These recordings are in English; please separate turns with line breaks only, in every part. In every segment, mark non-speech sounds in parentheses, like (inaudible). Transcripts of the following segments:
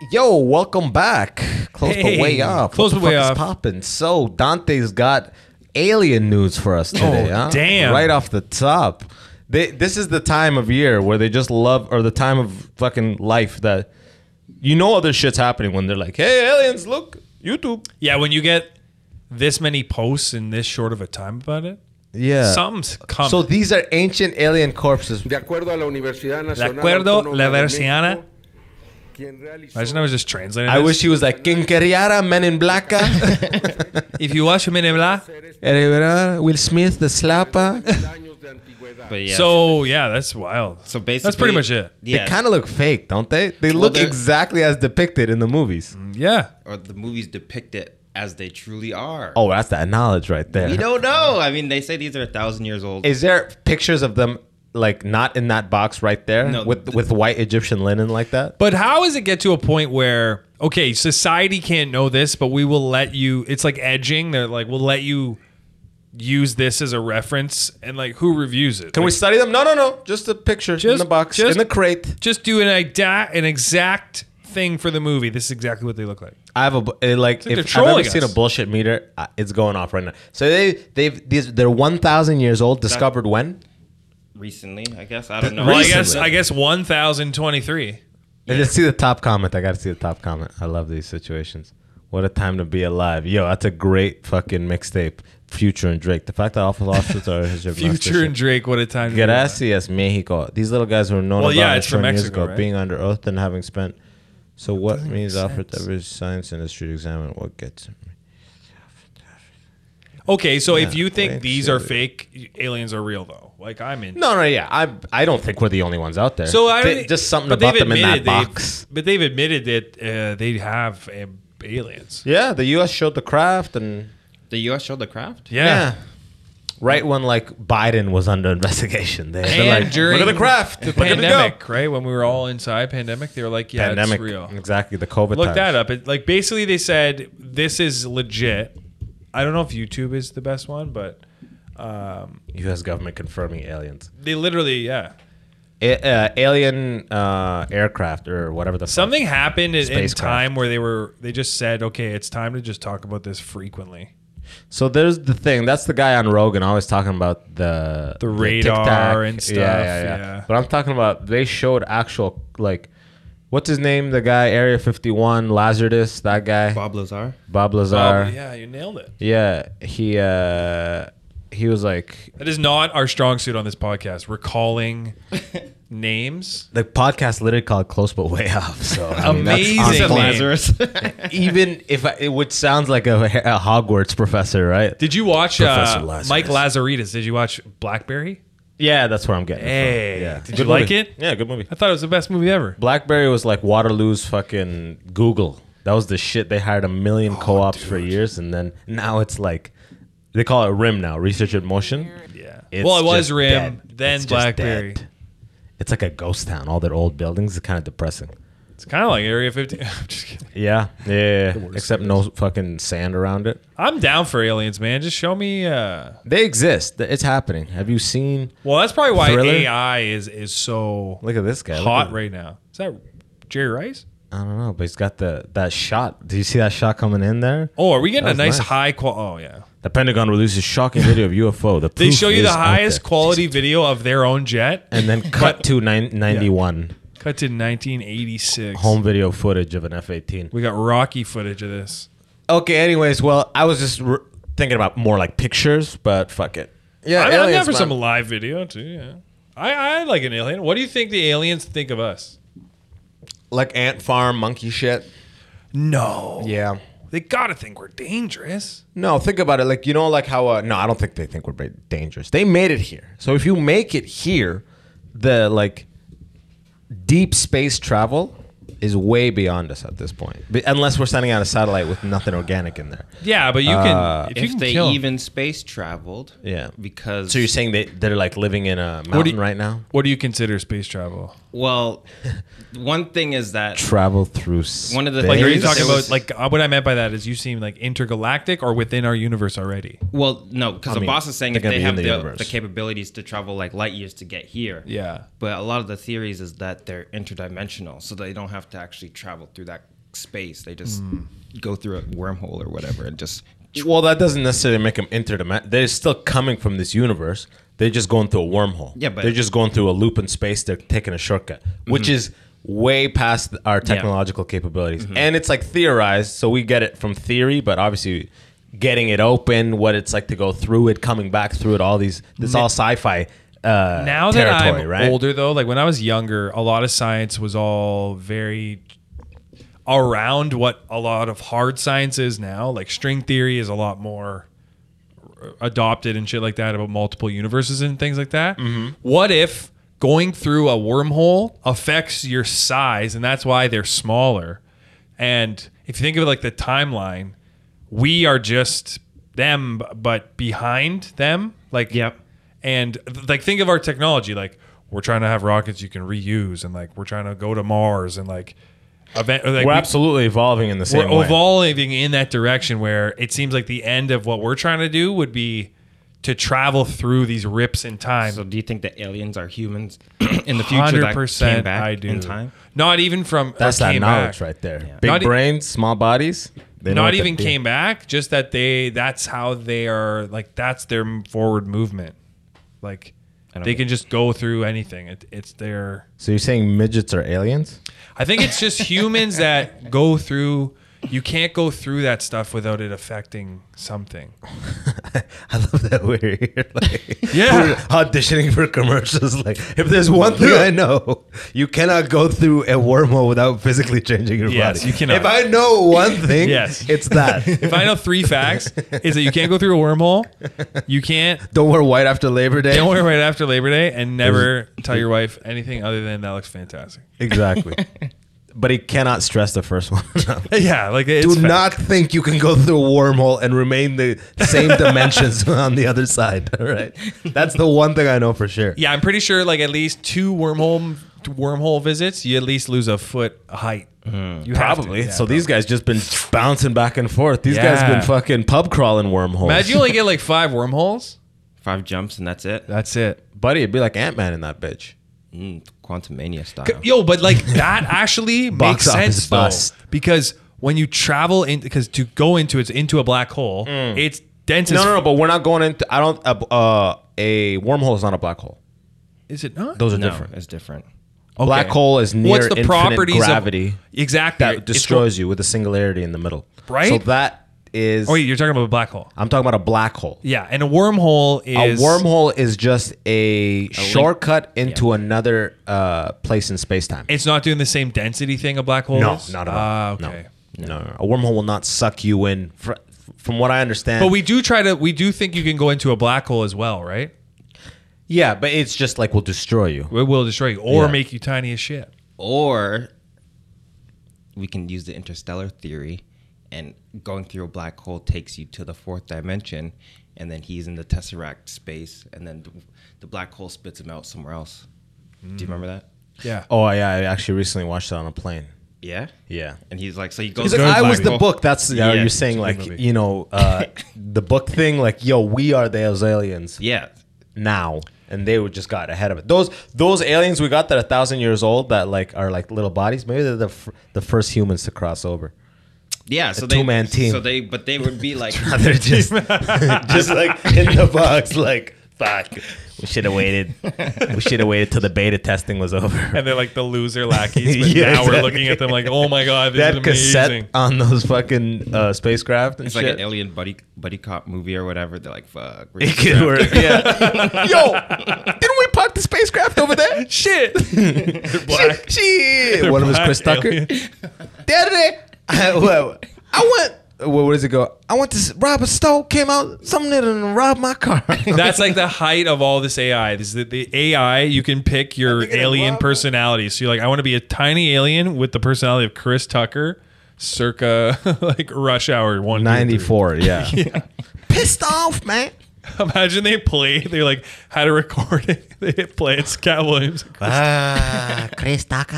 Yo, welcome back. Close the way
Hey,
off.
close
what
the way
fuck
off.
is popping. So Dante's got alien news for us today. huh?
damn.
Right off the top, they, this is the time of year where they just love, or the time of fucking life that you know other shit's happening when they're like, "Hey, aliens, look, YouTube."
Yeah, when you get this many posts in this short of a time about it,
Yeah.
something's coming.
so these are ancient alien corpses.
De acuerdo a la Universidad Nacional
acuerdo,
Autónoma
la
de
Versiana.
México, quien realizó
Imagine I was just translating.
I
this.
wish he was like Quinqueriara, Men in (laughs) Blacka,
if you watch Men in Black.
Herrera, Will Smith, the Slapper.
años de antigüedad.
But yeah.
So yeah, that's wild.
so basically,
that's pretty much it.
Yeah.
They kind of look fake, don't they? They
Well,
look
they're-
exactly as depicted in the movies.
Yeah,
or the movies depict it as they truly are.
Oh, that's that knowledge right there.
You don't know. I mean, they say these are a thousand years old.
Is there pictures of them like not in that box right there
No,
with
th-
with white Egyptian linen like that?
but how does it get to a point where okay, society can't know this, but we will let you. It's like edging. They're like, we'll let you use this as a reference, and like who reviews it?
Can we study them? No, no, no. Just a picture in
Just-
the box
just-
in the crate.
just do an ida- an exact thing for the movie? This is exactly what they look like.
I have a bu- eh, like
like they're
if I've ever
trolling
seen a
us.
bullshit meter, uh, it's going off right now. So they they've these they're 1000 years old discovered when?
recently, I guess. I don't know.
Well, I
Recently.
guess I guess one thousand twenty three.
And Let's see the top comment. I got to see the top comment. I love these situations. What a time to be alive. Yo, that's a great fucking mixtape. Future and Drake. The fact that Alpha Losses are his
Future and
Drake.
Drake, what a time! to be alive.
Gracias, Mexico. These little guys were known
Well,
about
yeah,
it
it's from
20 years
Mexico,
ago,
right?
being under oath and having spent. So what means offered to every science industry to examine what gets
Okay, so if
Yeah,
you think
wait,
these are
shit.
fake, aliens are real though. Like I'm in.
No, no, yeah. I I don't think we're the only ones out there.
So I
They-
don't-
just something
but
about
they've
them in that
admitted they've-
box.
But they've admitted that uh, they have um, aliens.
Yeah, the U.S. showed the craft, and
The U.S. showed the craft.
Yeah.
yeah, right when like Biden was under investigation, they
And
they're like,
during
look at the craft,
the
look at it go."
pandemic, right? When we were all inside pandemic, they were like, "Yeah,
pandemic,
it's real."
exactly the COVID.
Look
times.
that up. It, like basically, they said this is legit. I don't know if YouTube is the best one, but um,
U.S. government confirming aliens,
they literally, yeah,
A- uh, alien uh, aircraft or whatever the fuck.
something happened in, in
Spacecraft.
time where they were. They just said, "Okay, it's time to just talk about this frequently."
So there's the thing. That's the guy on Rogan always talking about the
The radar
tic-tac.
and stuff, yeah.
But I'm talking about they showed actual like, what's his name? The guy Area 51 Lazardus. That guy Bob,
Bob Lazar.
Lazar.
Oh, yeah, you nailed it.
yeah. he uh he was like
That is not our strong suit on this podcast. (laughs) Recalling names.
the podcast literally called Close But Way Off. So I mean, that's
Amazing.
on
He's a
point.
Lazarus.
(laughs)
Even if I, it would sounds like a, a Hogwarts professor, right?
Did you watch
Professor
uh,
Lazarus.
Mike Lazaridis? Did you watch Blackberry?
Yeah, that's where I'm getting. it from.
Hey,
yeah.
did you like
movie.
it?
Yeah, good movie.
I thought it was the best movie ever.
BlackBerry was like Waterloo's fucking Google. That was the shit. They hired a million
Oh,
co-ops for years, and then now it's like they call it RIM now, Research in Motion.
Yeah.
It's
well, it was
just
Rim,
dead.
then
It's just
Blackberry.
dead. It's like a ghost town. All their old buildings. It's kind of depressing.
It's kind of like Area 50. (laughs) I'm just kidding.
Yeah, yeah. yeah, yeah. Except no fucking sand around it.
I'm down for aliens, man. Just show me. Uh,
They exist. It's happening. Have you seen?
well, that's probably why
Thriller?
AI is is so
Look at this guy. Look
hot
at-
right now. Is that Jerry Rice?
I don't know, but he's got the that shot. Do you see that shot coming in there?
Oh, are we getting
That
a
was
nice,
nice.
high qual? Oh yeah.
The Pentagon releases shocking video of UFO. The
They
proof
show you
is
the
out
highest
there.
quality video of their own jet.
and (laughs) then cut to nine, 91
Cut to 1986.
home video footage of an F-18.
We got Rocky footage of this.
Okay, anyways, well, I was just r thinking about more like pictures, but fuck it. Yeah,
I'm, I'm down for
man.
some live video too. Yeah, I, I like an alien. What do you think the aliens think of us?
like ant farm monkey shit.
No.
Yeah.
They gotta think we're dangerous.
No, think about it. Like you know, like how. Uh, no, I don't think they think we're very dangerous. They made it here. So if you make it here, the like deep space travel is way beyond us at this point. Be- unless we're sending out a satellite with nothing organic in there.
Yeah, but you can
Uh,
if you
If
can
they
kill 'em.
even space traveled.
Yeah.
Because
So you're saying they they're like living in a
What do
mountain
you-
right now?
What do you consider space travel? (laughs)
well, one thing is that
Travel through
One of the
Like,
There
are you
is-
talking
there
about
was-
like uh, what I meant by that is you seem like intergalactic or within our universe already?
well, no, because the
mean,
boss is saying
they're
if
gonna
they
be in
have
the
the,
universe.
the capabilities to travel like light years to get here.
Yeah.
But a lot of the theories is that they're interdimensional, so they don't have to actually travel through that space. They just
Hmm.
go through a wormhole or whatever and
(clears throat)
just
Well, that doesn't necessarily make them interdimensional. They're still coming from this universe. They're just going through a wormhole.
Yeah, but-
they're just going through a loop in space. They're taking a shortcut,
Mm-hmm.
which is way past our technological capabilities.
Mm-hmm.
And it's like theorized, so we get it from theory, but obviously getting it open, what it's like to go through it, coming back through it, all these this all sci-fi uh
now that
territory,
I'm
right?
older, though, like when I was younger, a lot of science was all very around what a lot of hard science is now. Like string theory is a lot more adopted and shit like that about multiple universes and things like that.
Mm-hmm.
What if going through a wormhole affects your size and that's why they're smaller? And if you think of it like the timeline, we are just them, b- but behind them. Like,
Yep.
And th- like, think of our technology. Like, we're trying to have rockets you can reuse, and like, we're trying to go to Mars, and like, event. Like
We're
we-
absolutely evolving in the same
we're
way.
evolving in that direction where it seems like the end of what we're trying to do would be to travel through these rips in time.
So do you think the aliens are humans (clears throat) in the future that came back
I do.
in time?
Not even from
That's
or
that
came
knowledge
back.
right there. Big
Not e-
brains, small bodies. They know what
Not
to
even
do.
came back. Just that they. That's how they are. Like that's their m- forward movement. Like
I don't
they
get
can just go through anything. It, it's their.
So you're saying midgets are aliens?
I think it's just humans that go through. You can't go through that stuff without it affecting something.
(laughs) I love that we're here. (laughs) Like,
Yeah.
we're auditioning for commercials. Like, if there's one thing I know, you cannot go through a wormhole without physically changing your
Yes,
body.
you cannot.
If I know one
(laughs)
thing,
Yes.
it's that.
(laughs)
(laughs)
If I know three facts, is that you can't go through a wormhole, you can't
don't wear white after Labor Day.
don't wear right after Labor Day, and never tell your wife anything other than that looks fantastic.
Exactly.
(laughs)
but he cannot stress the first one. (laughs) enough.
Yeah, like it's
Do
fact.
not think you can go through a wormhole and remain the
(laughs)
same dimensions (laughs) on the other side. (laughs) All right. That's the one thing I know for sure.
Yeah, I'm pretty sure like at least two wormhole wormhole visits, you at least lose a foot height. You have to.
Probably.
Yeah,
so these guys just been bouncing back and forth. These guys
Yeah.
been fucking pub crawling wormholes.
imagine you only get like five wormholes.
Five jumps and that's it.
That's it.
buddy, it'd be like Ant Man in that bitch.
Mm, Quantum Mania style.
Yo, but like (laughs) that actually makes
Box office
sense though,
bust.
because when you travel in, because to go into it's into a black hole, it's dense.
Mm. No,
as
no, no.
f-
But we're not going into. I don't. Uh, uh, a wormhole is not a black hole.
Is it not?
Those are
no,
different.
it's different.
Black hole is near
What's the
infinite
properties of-
gravity
exactly
that
It's
destroys you with a singularity in the middle.
Right?
So that is.
go- Oh, wait, you're talking about a black hole.
I'm talking about a black hole.
Yeah, and a wormhole is
a wormhole is just a, shortcut into another uh, place in space time.
It's not doing the same density thing a black hole.
No,
is?
not at all.
Ah,
No.
okay.
No. no, no. a wormhole will not suck you in. Fr- From what I understand,
But we do try to. We do think you can go into a black hole as well, right?
yeah, but it's just like will destroy you.
It will destroy you or
Yeah.
make you tiny as shit.
Or we can use the interstellar theory and going through a black hole takes you to the fourth dimension and then he's in the tesseract space and then th- the black hole spits him out somewhere else. Do you remember that?
Yeah.
Oh yeah, I actually recently watched it on a plane.
Yeah?
Yeah.
And he's like, so you go
He's
through
like,
a
I
black
was the
hole."
book. That's yeah,
Yeah,
you're
it's
saying
a
like
good movie.
you know uh, the book thing. Like yo, we are those aliens
Yeah.
now, and they were just got ahead of it. Those those aliens we got that are a thousand years old that like are like little bodies. Maybe they're the fir- the first humans to cross over.
Yeah. So
A
they
two-man team.
So they but they
(laughs)
would be like
They're
(laughs)
just just like in the box. Like fuck, we should have waited. We should have waited till the beta testing was over.
And they're like the
(laughs)
loser lackeys. But
Yeah,
now we're
exactly.
looking at them like, oh my god, this
that
is
cassette
amazing.
on those fucking uh, spacecraft and
It's
shit.
like an alien buddy buddy cop movie or whatever. They're like, fuck.
(laughs)
we're
it
just
could
trapped.
work.
(laughs)
Yeah. Yo, didn't we park the spacecraft over there? (laughs)
Shit. They're black.
Shit, shit. One of us,
black
Chris Tucker.
alien.
(laughs) Daddy, I, well, (laughs) I went. Well, where does it go? I went to s- rob a store. Came out. Something didn't rob my
(laughs)
car. (laughs)
That's like the height of all this AI. This is the, the AI. You can pick your alien personality. So you're like, I want to be a tiny alien with the personality of Chris Tucker, circa (laughs) like Rush Hour one two, three.
ninety four. Yeah. Pissed off, man.
(laughs) Imagine they play. They like had a recording. (laughs) They hit play. It's Cat Williams.
Ah, Chris Tucker.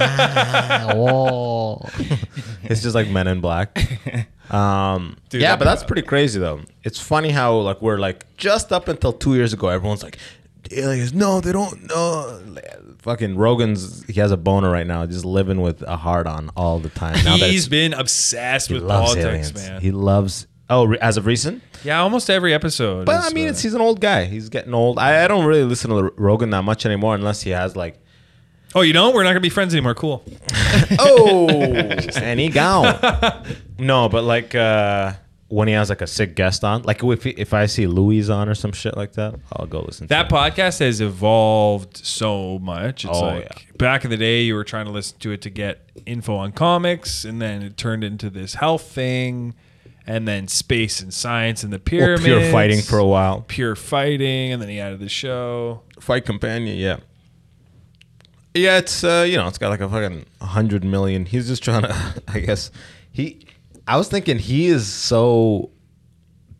Ah, whoa. it's just like Men in
(laughs)
Black. Um,
Dude,
yeah,
that'd
but
be
that's pretty crazy though. It's funny how like we're like just up until two years ago, everyone's like, aliens. No, they don't. No, fucking Rogan's. He has a boner right now, just living with a hard on all the time. Now that
He's
it's-
been obsessed
he
with
loves
politics,
aliens.
man.
He loves. Oh, re- as of recent.
yeah, almost every episode.
But
is,
I mean,
uh,
it's he's an old guy. He's getting old. I, I don't really listen to Rogan that much anymore, unless he has like,
oh, you don't? We're not gonna be friends anymore. Cool.
oh, (laughs) and he gone. No, but like uh, when he has like a sick guest on, like if he- if I see Louis on or some shit like that, I'll go listen.
That
to it.
podcast has evolved so much. It's
Oh,
like
yeah.
back in the day, you were trying to listen to it to get info on comics, and then it turned into this health thing, and then space and science and the
Or
pyramids.
pure fighting for a while.
Pure fighting, and then he added the show.
Fight Companion, yeah. Yeah, it's uh, you know, it's got like a fucking hundred million. He's just trying to, (laughs) I guess. He, I was thinking he is so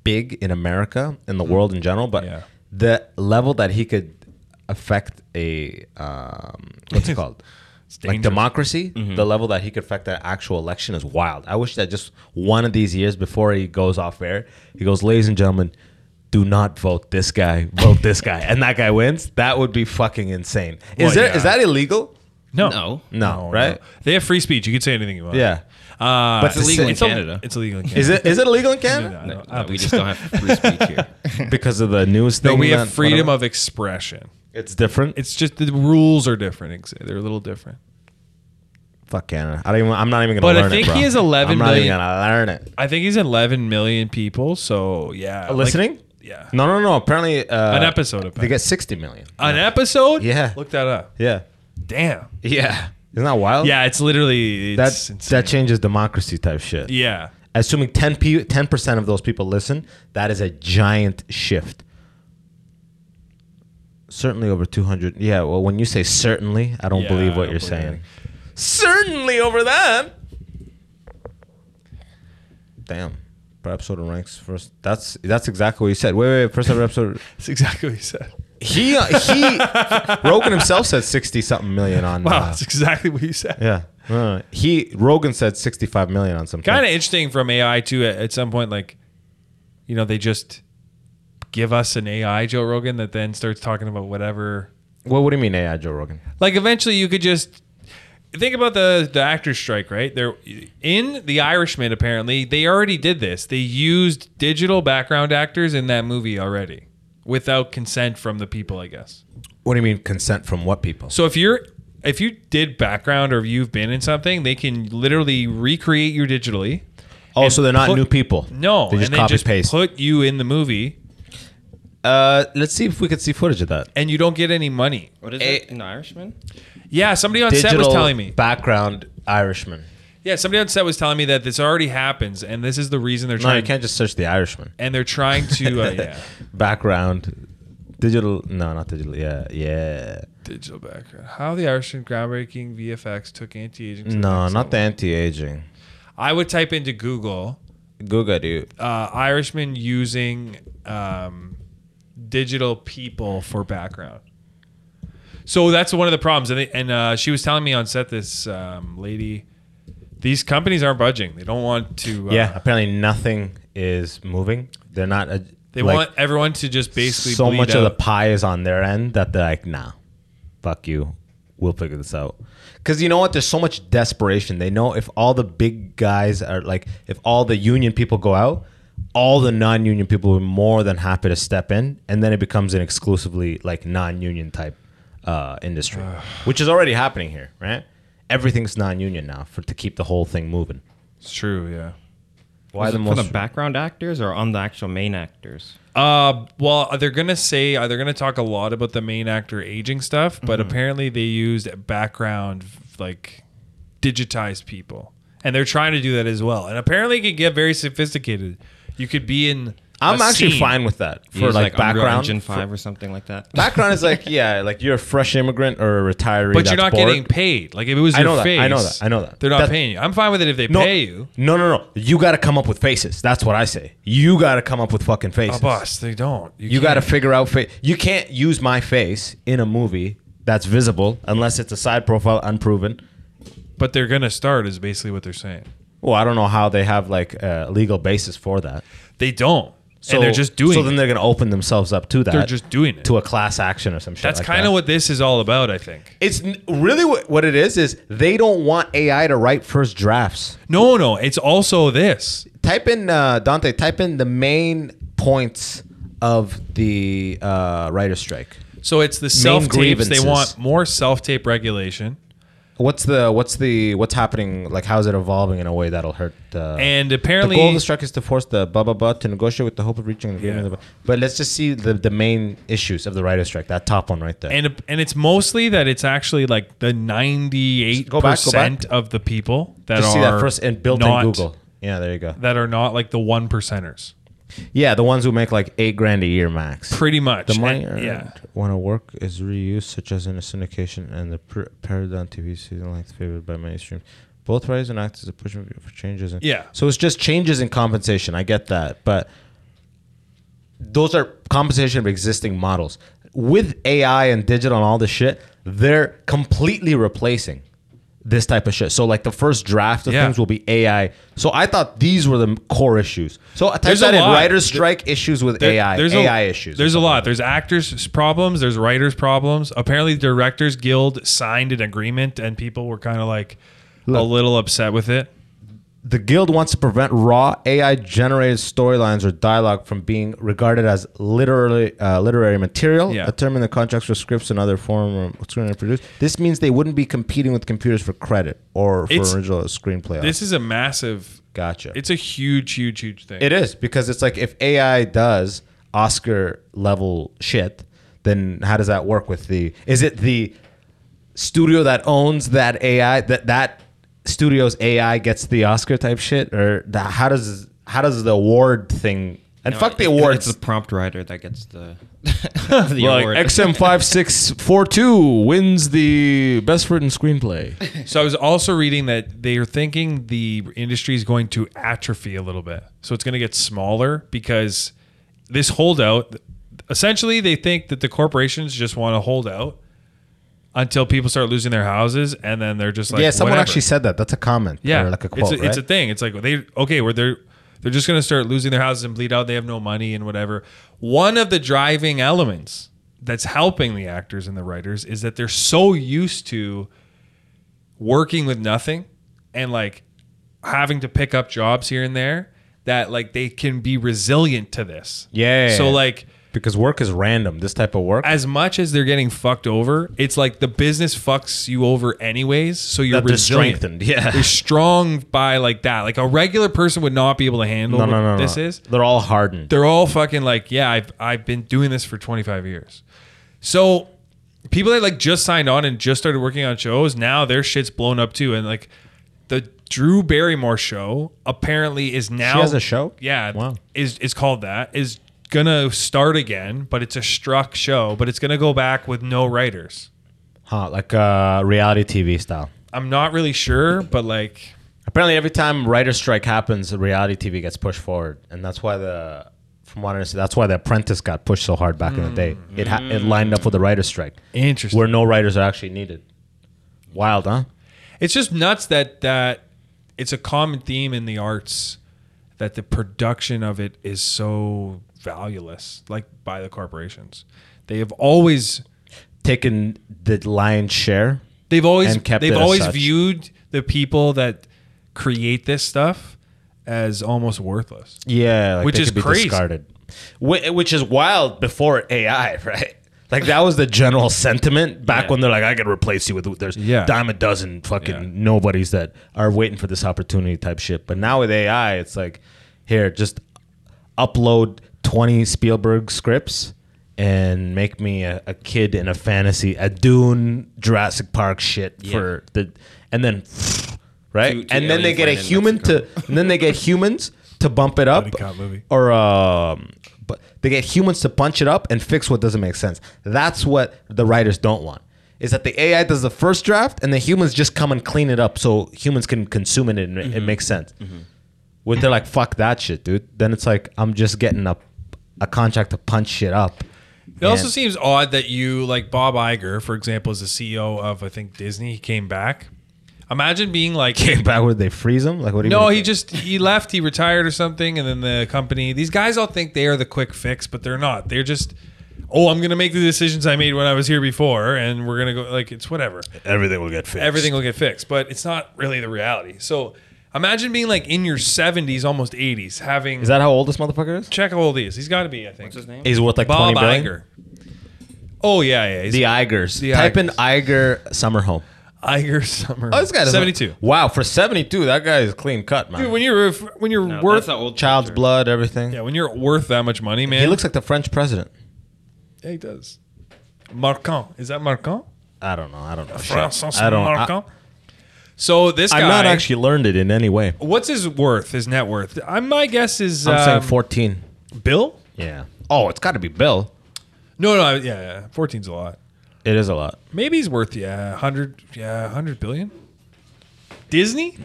big in America in the world in general, but
Yeah.
the level that he could affect a um, what's it (laughs) called?
It's
like
dangerous. Mm-hmm.
democracy, the level that he could affect that actual election is wild. I wish that just one of these years before he goes off air, he goes, ladies and gentlemen, do not vote this guy, vote this guy, and that guy wins. That would be fucking insane. Is there
Well,
is
yeah.
that illegal?
No,
No.
No, Oh, right?
Oh, They have free speech. You can say anything you want.
Yeah.
uh,
But it's illegal in
ill-
Canada.
It's illegal in Canada.
Is it is it illegal in
No, (laughs)
Canada
no, no, I
No,
don't
we
think
just
so.
don't have free speech
(laughs)
here.
because of the news thing?
No, we have
that-
freedom
whatever?
of expression.
It's different.
It's just the rules are different. ex- They're a little different.
Fuck Canada. I don't even. I'm not even gonna.
But I
learn it,
think he
bro.
is 11
I'm not
million-
even gonna learn it.
I think he's 11 million people. So yeah, like-
listening?
yeah,
No, no, no. Apparently, uh,
An episode, Uh, apparently.
They get 60 million.
an episode.
Yeah.
look that up.
Yeah.
Damn.
Yeah. Isn't that wild?
Yeah, it's literally
That
it's insane.
that changes democracy type shit.
yeah,
Assuming 10 p 10 percent of those people listen, that is a giant shift. Certainly over 200. Yeah. Well, when you say certainly, I don't
Yeah,
believe
I
what
don't
you're
believe
saying. Certainly over that. Damn. Per episode of ranks first. That's that's exactly what you said. Wait, wait, wait. First
(laughs)
episode.
that's exactly what he said.
He uh, he. Rogan himself said sixty something million on.
Wow, (laughs)
uh,
that's exactly what he said.
Yeah. Uh, he Rogan said 65 million on some
Kind of interesting from AI too. At, at some point, like, you know, they just give us an AI Joe Rogan that then starts talking about whatever.
What what do you mean AI Joe Rogan?
Like eventually you could just think about the the actors strike, right? They're in The Irishman apparently. They already did this. They used digital background actors in that movie already without consent from the people, I guess.
What do you mean consent from what people?
So if you're if you did background or you've been in something, they can literally recreate you digitally.
Oh,
and
so they're not
put-
new people.
No,
They just
and they
copy
just
paste.
put you in the movie
uh, let's see if we could see footage of that.
and you don't get any money.
What is it? An Irishman?
Yeah, somebody on set was telling me.
background Irishman.
Yeah, somebody on set was telling me that this already happens and this is the reason they're
No, you
trying
can't just search the Irishman.
and they're trying
(laughs)
to uh, yeah.
Background digital no, not digital. Yeah. Yeah.
Digital background. How the Irishman groundbreaking VFX took anti-aging. to
No,
next
not the
level.
anti-aging.
I would type into Google
Google dude.
uh, Irishman using um, digital people for background. So that's one of the problems. And, they, and uh, she was telling me on set this um, lady, these companies aren't budging. They don't want to. Uh,
yeah, apparently nothing is moving. They're not uh,
They
like-
want everyone to just basically
so
bleed
much
out.
of the pie is on their end that they're like, nah, fuck you. We'll figure this out. Because you know what? There's so much desperation. They know if all the big guys are like, if all the union people go out, all the non union people are more than happy to step in. And then it becomes an exclusively like non union type uh, industry, which is already happening here, right? Everything's non union now for to keep the whole thing moving.
It's true, yeah.
Why
Was
the
it
most
for the background actors or on the actual main actors?
Uh, well, they're gonna say uh, they're gonna talk a lot about the main actor aging stuff, but
Mm-hmm.
apparently they used background like digitized people, and they're trying to do that as well. And apparently, it could get very sophisticated. You could be in. i
I'm actually fine with that for
Use,
like,
Unreal
background.
Engine five or something like that.
Background is like, yeah, like you're a fresh immigrant or a retiree.
but you're
that's
not
bored.
getting paid. Like if it was
I
your
know that,
face,
I know that, I know that.
They're not
That-
paying you. I'm fine with it if they
No,
pay you.
No, no, no. You got to come up with faces. That's what I say. You got to come up with fucking faces.
Oh, boss, they don't.
You got to
can't.
figure out face. You can't use my face in a movie that's visible unless it's a side profile, unproven.
But they're gonna start is basically what they're saying.
Well, I don't know how they have like a legal basis for that.
They don't.
So
they're just doing
So then
it.
they're going to open themselves up to that.
They're just doing it.
to a class action or some shit.
That's
like
kind
that.
of what this is all about, I think.
It's n- really what, what it is. Is they don't want AI to write first drafts.
No, no, it's also this.
Type in uh, Dante. Type in the main points of the uh, writer strike.
So it's the self tapes. They
grievances.
want more self tape regulation.
What's the what's the what's happening? Like how is it evolving in a way that'll hurt? Uh,
And apparently-
the goal of the strike is to force the blah blah blah to negotiate with the hope of reaching an agreement. But let's just see the the main issues of the writer strike. That top one right there.
And and it's mostly that it's actually like the ninety eight
Go back, go back.
percent of the people that
just
are
see that first and built
not-
in Google. Yeah, there you go.
that are not like the one percenters.
Yeah, the ones who make like eight grand a year max.
Pretty much.
The money uh,
And-
earned
yeah.
when a work is reused, such as in a syndication and the pr- parodied on TV season length favored by mainstream, both writers and actors are pushing for changes. In,
Yeah.
So it's just changes in compensation. I get that, but those are compensation of existing models. With AI and digital and all this shit, they're completely replacing this type of shit. So like the first draft of
Yeah.
things will be AI. So I thought these were the core issues. So I typed
There's a
that in
lot.
writers strike issues with
There-
AI.
there's a-
AI issues.
There's a lot. There's actors problems. There's writers problems. Apparently, the Directors Guild signed an agreement, and people were kind of like a little upset with it.
The guild wants to prevent raw AI-generated storylines or dialogue from being regarded as literary uh, literary material.
Yeah.
A term in the contracts for scripts and other form or screenwriter produced. This means they wouldn't be competing with computers for credit or for
It's-
original screenplay.
This is a massive.
gotcha.
It's a huge, huge, huge thing.
It is because it's like if AI does Oscar level shit, then how does that work with the? Is it the studio that owns that AI that that studio's AI gets the Oscar type shit, or the, how does how does the award thing? And
No,
fuck the
it-
awards.
It's
(laughs)
the prompt writer that gets the, the award.
five six four two wins the best written (laughs) screenplay.
So I was also reading that they are thinking the industry is going to atrophy a little bit. So it's going to get smaller because this holdout, essentially, they think that the corporations just want to hold out until people start losing their houses, and then they're just like,
yeah, someone
whatever.
actually said that. That's a comment.
yeah,
or like a quote.
It's a, it's a
right?
thing. It's like they okay, where they're they're just going to start losing their houses and bleed out. They have no money and whatever. One of the driving elements that's helping the actors and the writers is that they're so used to working with nothing and like having to pick up jobs here and there that like they can be resilient to this.
Yeah.
So like
because work is random. This type of work.
as much as they're getting fucked over, it's like the business fucks you over anyways. So you're
That they're
resilient.
strengthened, yeah.
you're strong by like that. Like a regular person would not be able to handle
no,
what
no, no, no.
this is.
they're all hardened.
They're all fucking like, yeah, I've I've been doing this for 25 years. So people that like just signed on and just started working on shows, now their shit's blown up too. And like the Drew Barrymore show apparently is now
has a show?
Yeah.
Wow.
Is it's called that. Is gonna start again, but it's a struck show, but it's gonna go back with no writers.
Huh, like uh, reality TV style.
I'm not really sure, but like
Apparently, every time writer strike happens, reality TV gets pushed forward, and that's why the, from what I understand, that's why The Apprentice got pushed so hard back in the day. It ha- it lined up with the writer strike,
interesting.
where no writers are actually needed. Wild, huh?
it's just nuts that that it's a common theme in the arts that the production of it is so valueless like by the corporations they have always
Taking the lion's share.
they've always
And kept it
they've
as
always
such.
viewed the people that create this stuff as almost worthless
Yeah, like
Which
they
is
could be
crazy.
discarded. Whi- Which is wild before AI, (laughs) right? Like that was the general sentiment back
Yeah.
when they're like, I could replace you with there's
Yeah.
dime a dozen fucking
Yeah.
nobodies that are waiting for this opportunity type shit. But now with AI, it's like, here, just upload twenty Spielberg scripts and make me a, a kid in a fantasy, a Dune, Jurassic Park shit for the, and then, (laughs) right,
Two- two
and then they
aliens
get a
land in
human to and then they get humans to bump it up
Buddy cop movie.
or um but they get humans to punch it up and fix what doesn't make sense that's what the writers don't want is that the ai does the first draft and the humans just come and clean it up so humans can consume it and
Mm-hmm.
it makes sense when they're like fuck that shit dude then it's like i'm just getting a, a contract to punch shit up
It also seems E odd that you like Bob Iger, for example, is the CEO of I think Disney. He came back. Imagine being like,
Came back, would they freeze him? Like, what do you
no,
mean?
he just he left, he retired or something, and then the company. These guys all think they are the quick fix, but they're not. They're just, oh, I'm gonna make the decisions I made when I was here before, and we're gonna go like it's whatever.
everything will get fixed.
Everything will get fixed, but it's not really the reality. So imagine being like in your 70s, almost 80s, having
Is that how old this motherfucker is?
check how old he is. He's got to be, I think.
What's his name?
He's worth like
Bob
20 billion.
Iger. Oh yeah, yeah. He's
The Igers.
The
Type in
Igers.
Iger summer home.
Iger Summer.
Oh, this guy doesn't-
72.
Wow, for 72, that guy is clean cut, man.
Dude, when you're when you're
No,
worth
that's an old
Child's
picture.
blood, everything.
yeah, when you're worth that much money, man.
He looks like the French president.
Yeah, he does. Marcon. Is that Marcon?
I don't know. I don't know. shit.
Francis
I don't.
Marcon. so this
I,
guy.
am not actually learned it in any way.
What's his worth? His net worth? I, my guess is.
I'm saying
um,
14.
Bill?
Yeah. Oh, it's got to be Bill.
No, no, I- yeah, yeah. 14's a lot.
It is a lot.
Maybe he's worth yeah, 100 yeah, 100 billion. Disney?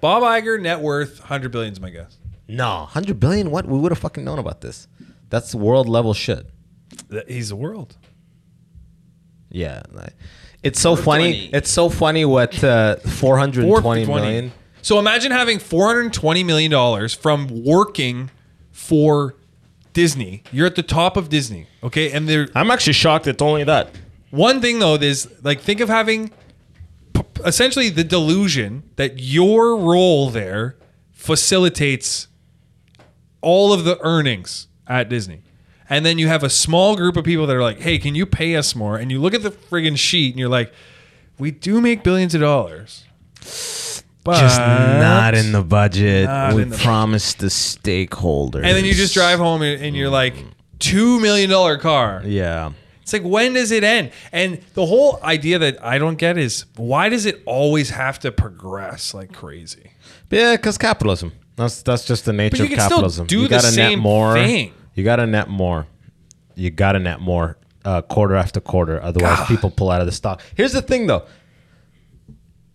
Bob Iger net worth 100 billion is my guess.
No, 100 billion. What? We would have fucking known about this. That's world level shit.
That- He's the world.
Yeah. like- it's so funny.
20.
It's so funny what uh, 420 million.
So imagine having 420 million dollars from working for Disney. You're at the top of Disney, okay? And there
I'm actually shocked it's only that.
one thing though is like think of having p- essentially the delusion that your role there facilitates all of the earnings at Disney. And then you have a small group of people that are like, "Hey, can you pay us more?" And you look at the friggin' sheet and you're like, "We do make billions of dollars." But
Just not in the budget.
Not
we
in the-
promised the stakeholders.
And then you just drive home and and you're like, two million dollar car.
Yeah.
It's like, when does it end? And the whole idea that I don't get is why does it always have to progress like crazy?
Yeah, because capitalism. That's that's just the nature
you
of
can still
capitalism.
do
you
the
gotta net
same
more.
thing.
You got to net more. You got to net more uh, quarter after quarter. Otherwise, people pull out of the stock. Here's the thing, though.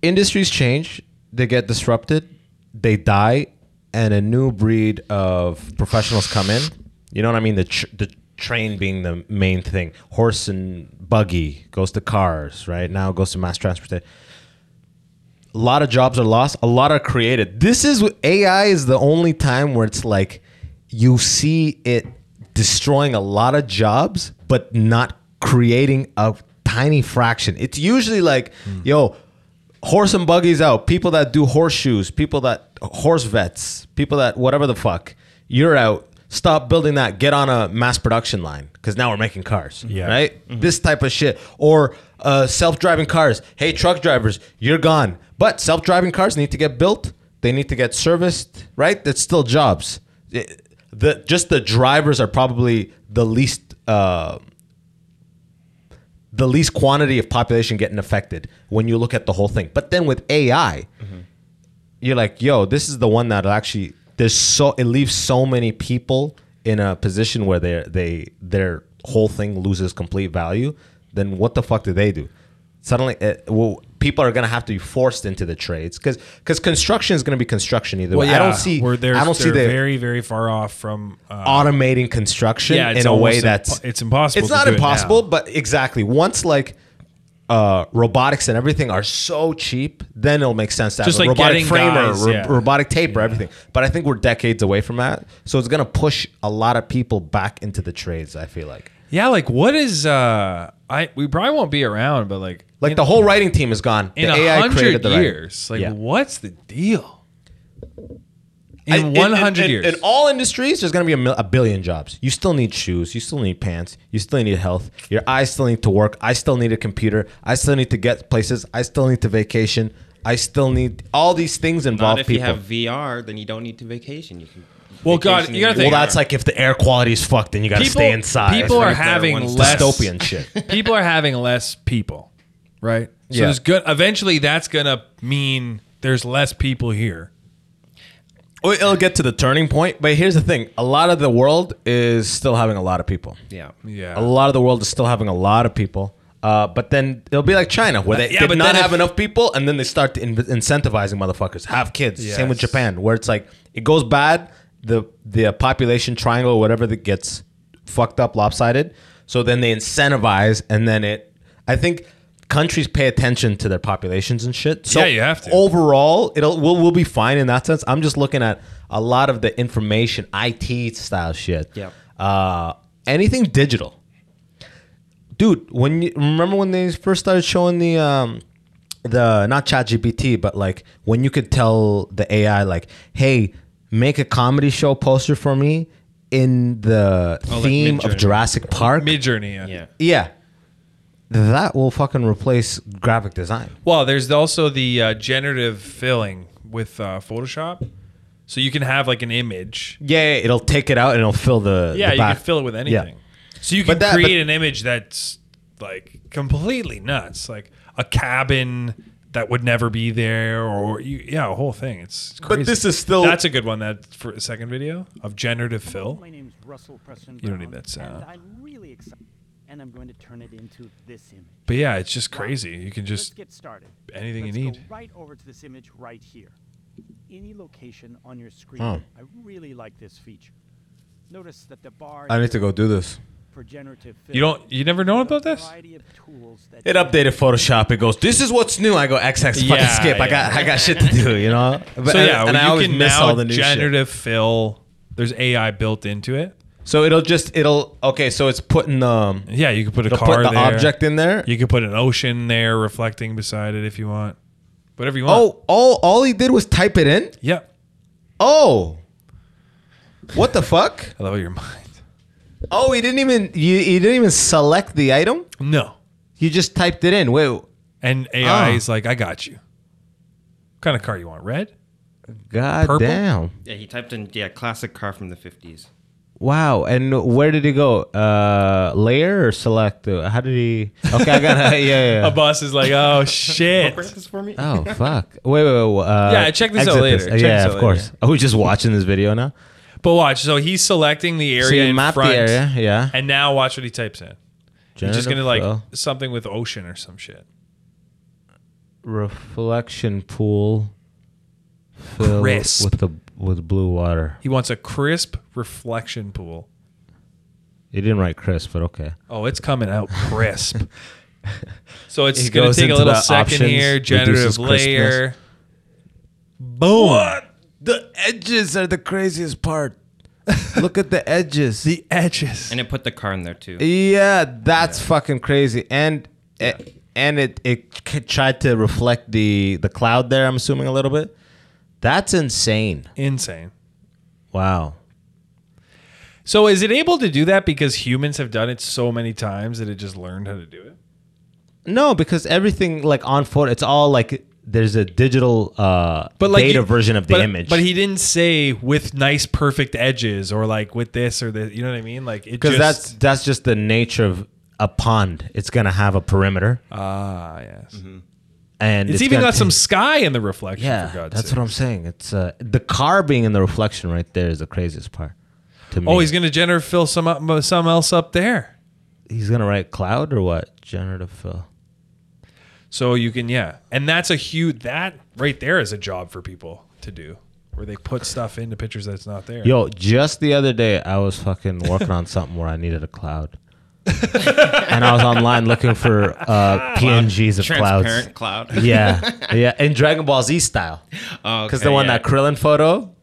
Industries change. They get disrupted. They die, and a new breed of professionals come in. You know what I mean? The tr- the train being the main thing. Horse and buggy goes to cars. Right now, it goes to mass transportation a lot of jobs are lost a lot are created this is ai is the only time where it's like you see it destroying a lot of jobs but not creating a tiny fraction it's usually like yo horse and buggies out people that do horseshoes people that horse vets people that whatever the fuck you're out stop building that get on a mass production line because now we're making cars
Yeah.
right this type of shit or uh, self-driving cars hey truck drivers you're gone but self-driving cars need to get built they need to get serviced right that's still jobs It- the, just the drivers are probably the least uh, the least quantity of population getting affected when you look at the whole thing but then with ai you're like, yo, this is the one that actually there's so it leaves so many people in a position where they they their whole thing loses complete value. Then what the fuck do they do? Suddenly, uh well, people are gonna have to be forced into the trades because because construction is gonna be construction either way. I don't see
where there's-
I don't see
they're
the
very, very far off from uh,
automating construction
Yeah, it's
in a way
almost
that's
impo- it's impossible
It's
to
not
do it
impossible,
now.
but exactly once like uh, robotics and everything are so cheap, then it'll make sense to have
Just
a
like
robotic
getting
framer,
guys,
ro-
yeah.
robotic taper, everything. But I think we're decades away from that, so it's gonna push a lot of people back into the trades. I feel like
yeah, like what is uh I we probably won't be around, but like
like the whole writing team is gone.
in
the
a
created
hundred
the writing.
years, like
Yeah.
what's the deal?
I-
In one hundred years,
in, all industries, there's gonna be a, mil- a billion jobs. You still need shoes. You still need pants. You still need health. Your eyes still need to work. I still need a computer. I still need to get places. I still need to vacation. I still need all these things
Not
involve
if
people.
you have VR, then you don't need to vacation. You can.
Well, God,
vacation
you
in
gotta
your-
well,
think-
that's like if the air quality is fucked, then you gotta
People-
stay inside.
People are
Right there,
having
one's
less
dystopian shit.
people are having less people, right? So
Yeah.
there's good. Eventually, that's gonna mean there's less people here.
(laughs) Well, It'll get to the turning point, but here's the thing: a lot of the world is still having a lot of people.
Yeah.
Yeah.
A lot of the world is still having a lot of people. Uh, but then it'll be like China, where they
Yeah,
did
but
not
then
have
if-
enough people, and then they start to in- incentivizing motherfuckers have kids. Same with
Yes.
Japan, where it's like it goes bad, the the uh, population triangle, or whatever that gets fucked up, lopsided. So then they incentivize, and then it. I think countries pay attention to their populations and shit. So
Yeah, you have to.
Overall, it'll we'll, we'll be fine in that sense. I'm just looking at a lot of the information IT style shit.
Yep.
Uh, anything digital, dude. When you remember when they first started showing the um, the not ChatGPT, but like when you could tell the AI like, hey, make a comedy show poster for me in the
Oh, like
theme of
Midjourney.
Jurassic Park.
Mid journey, yeah.
Yeah.
Yeah. That will fucking replace graphic design.
Well, there's also the uh, generative filling with uh, Photoshop, so you can have like an image.
Yeah, it'll take it out and it'll fill the
Yeah,
the
you
back.
can fill it with anything. So you
But
can
that-
create
but-
an image that's like completely nuts, like a cabin that would never be there, or you, yeah, a whole thing. It's, it's
But
crazy.
this is still-
that's a good one. That for a second video of generative fill.
My name's Russell Preston.
You don't need
Brown,
that sound.
And I'm really excited, and I'm going to turn it into this image.
But yeah, it's just crazy. You can
Let's
just
get started.
anything you
Let's
need.
Go right over to this image right here. Any location on your screen.
Oh.
I really like this feature. Notice that the bar
I need to go do this.
for generative
You don't. You never know about this.
It updated Photoshop. It goes, "This is what's new." I go, "XX, fucking
Yeah,
skip." I got, I got shit to do, you know. But,
(laughs) so yeah,
and I
you
always
can
miss
now
all the new shit.
generative fill. There's AI built into it.
So it'll just, it'll okay. So it's putting the,
Yeah, you could put a
it'll
car
put the
there.
object in there.
You could put an ocean there reflecting beside it if you want. Whatever you want.
oh, oh, all he did was type it in.
yeah.
Oh, what the fuck?
I love your (laughs) mind.
Oh, he didn't even, you, he didn't even select the item.
No.
You just typed it in. Wait,
And
Ah.
AI is like, I got you. What kind of car you want? Red?
god
Purple?
damn.
Yeah, he typed in yeah, classic car from the 50s.
Wow, and where did he go? Uh, layer or select? Uh, How did he? Okay, I got yeah, (laughs) yeah.
A (laughs) boss is like, oh
(laughs)
shit.
Print this for me.
Oh fuck! Wait, wait, wait. Uh,
Yeah, check this out
exit Uh,
later. Check
yeah,
this out
of course. (laughs)
later.
Are we just watching this video now?
but watch, so he's selecting the area
so you
in
map
front,
the area, yeah.
and now watch what he types in. he's
Generative
just gonna like
fill.
something with ocean or some shit.
reflection pool. filled
Crisp.
with the with blue water.
He wants a crisp reflection pool.
He didn't write crisp, but okay.
Oh, it's coming out
(laughs)
crisp. so it's
It
going
goes
to take a
into
little
the
second
options,
here.
reduces
Generative
crispness.
layer. Boom.
The edges are the craziest part. Look at the edges.
The edges.
And it put the car in there too.
Yeah, that's fucking crazy. And and it it c- tried to reflect the the cloud there. I'm assuming a little bit. That's insane.
Insane.
Wow.
So is it able to do that because humans have done it so many times that it just learned how to do it?
No, because everything like on photo, it's all like there's a digital uh data
you-
version of the
but-
image.
But he didn't say with nice perfect edges or like with this or that. You know what I mean? Like it
because
just
that's that's just the nature of a pond. It's gonna have a perimeter,
ah yes.
Mm-hmm. and
It's, even
gonna
got some
take-
sky in the reflection.
Yeah,
for God's
that's
sake.
what I'm saying. It's uh, the car being in the reflection right there is the craziest part. To me.
Oh, he's gonna generate fill some up, some else up there.
he's gonna write cloud or what? Generative fill.
So you can yeah, and that's a huge that right there is a job for people to do where they put stuff into pictures that's not there.
Yo, just the other day I was fucking working on something where I needed a
(laughs)
cloud. and I was online looking for uh, PNGs of clouds.
Transparent cloud.
Yeah, yeah, in Dragon Ball Z style.
(laughs) Oh,
Because
okay,
the one
yeah.
that Krillin photo,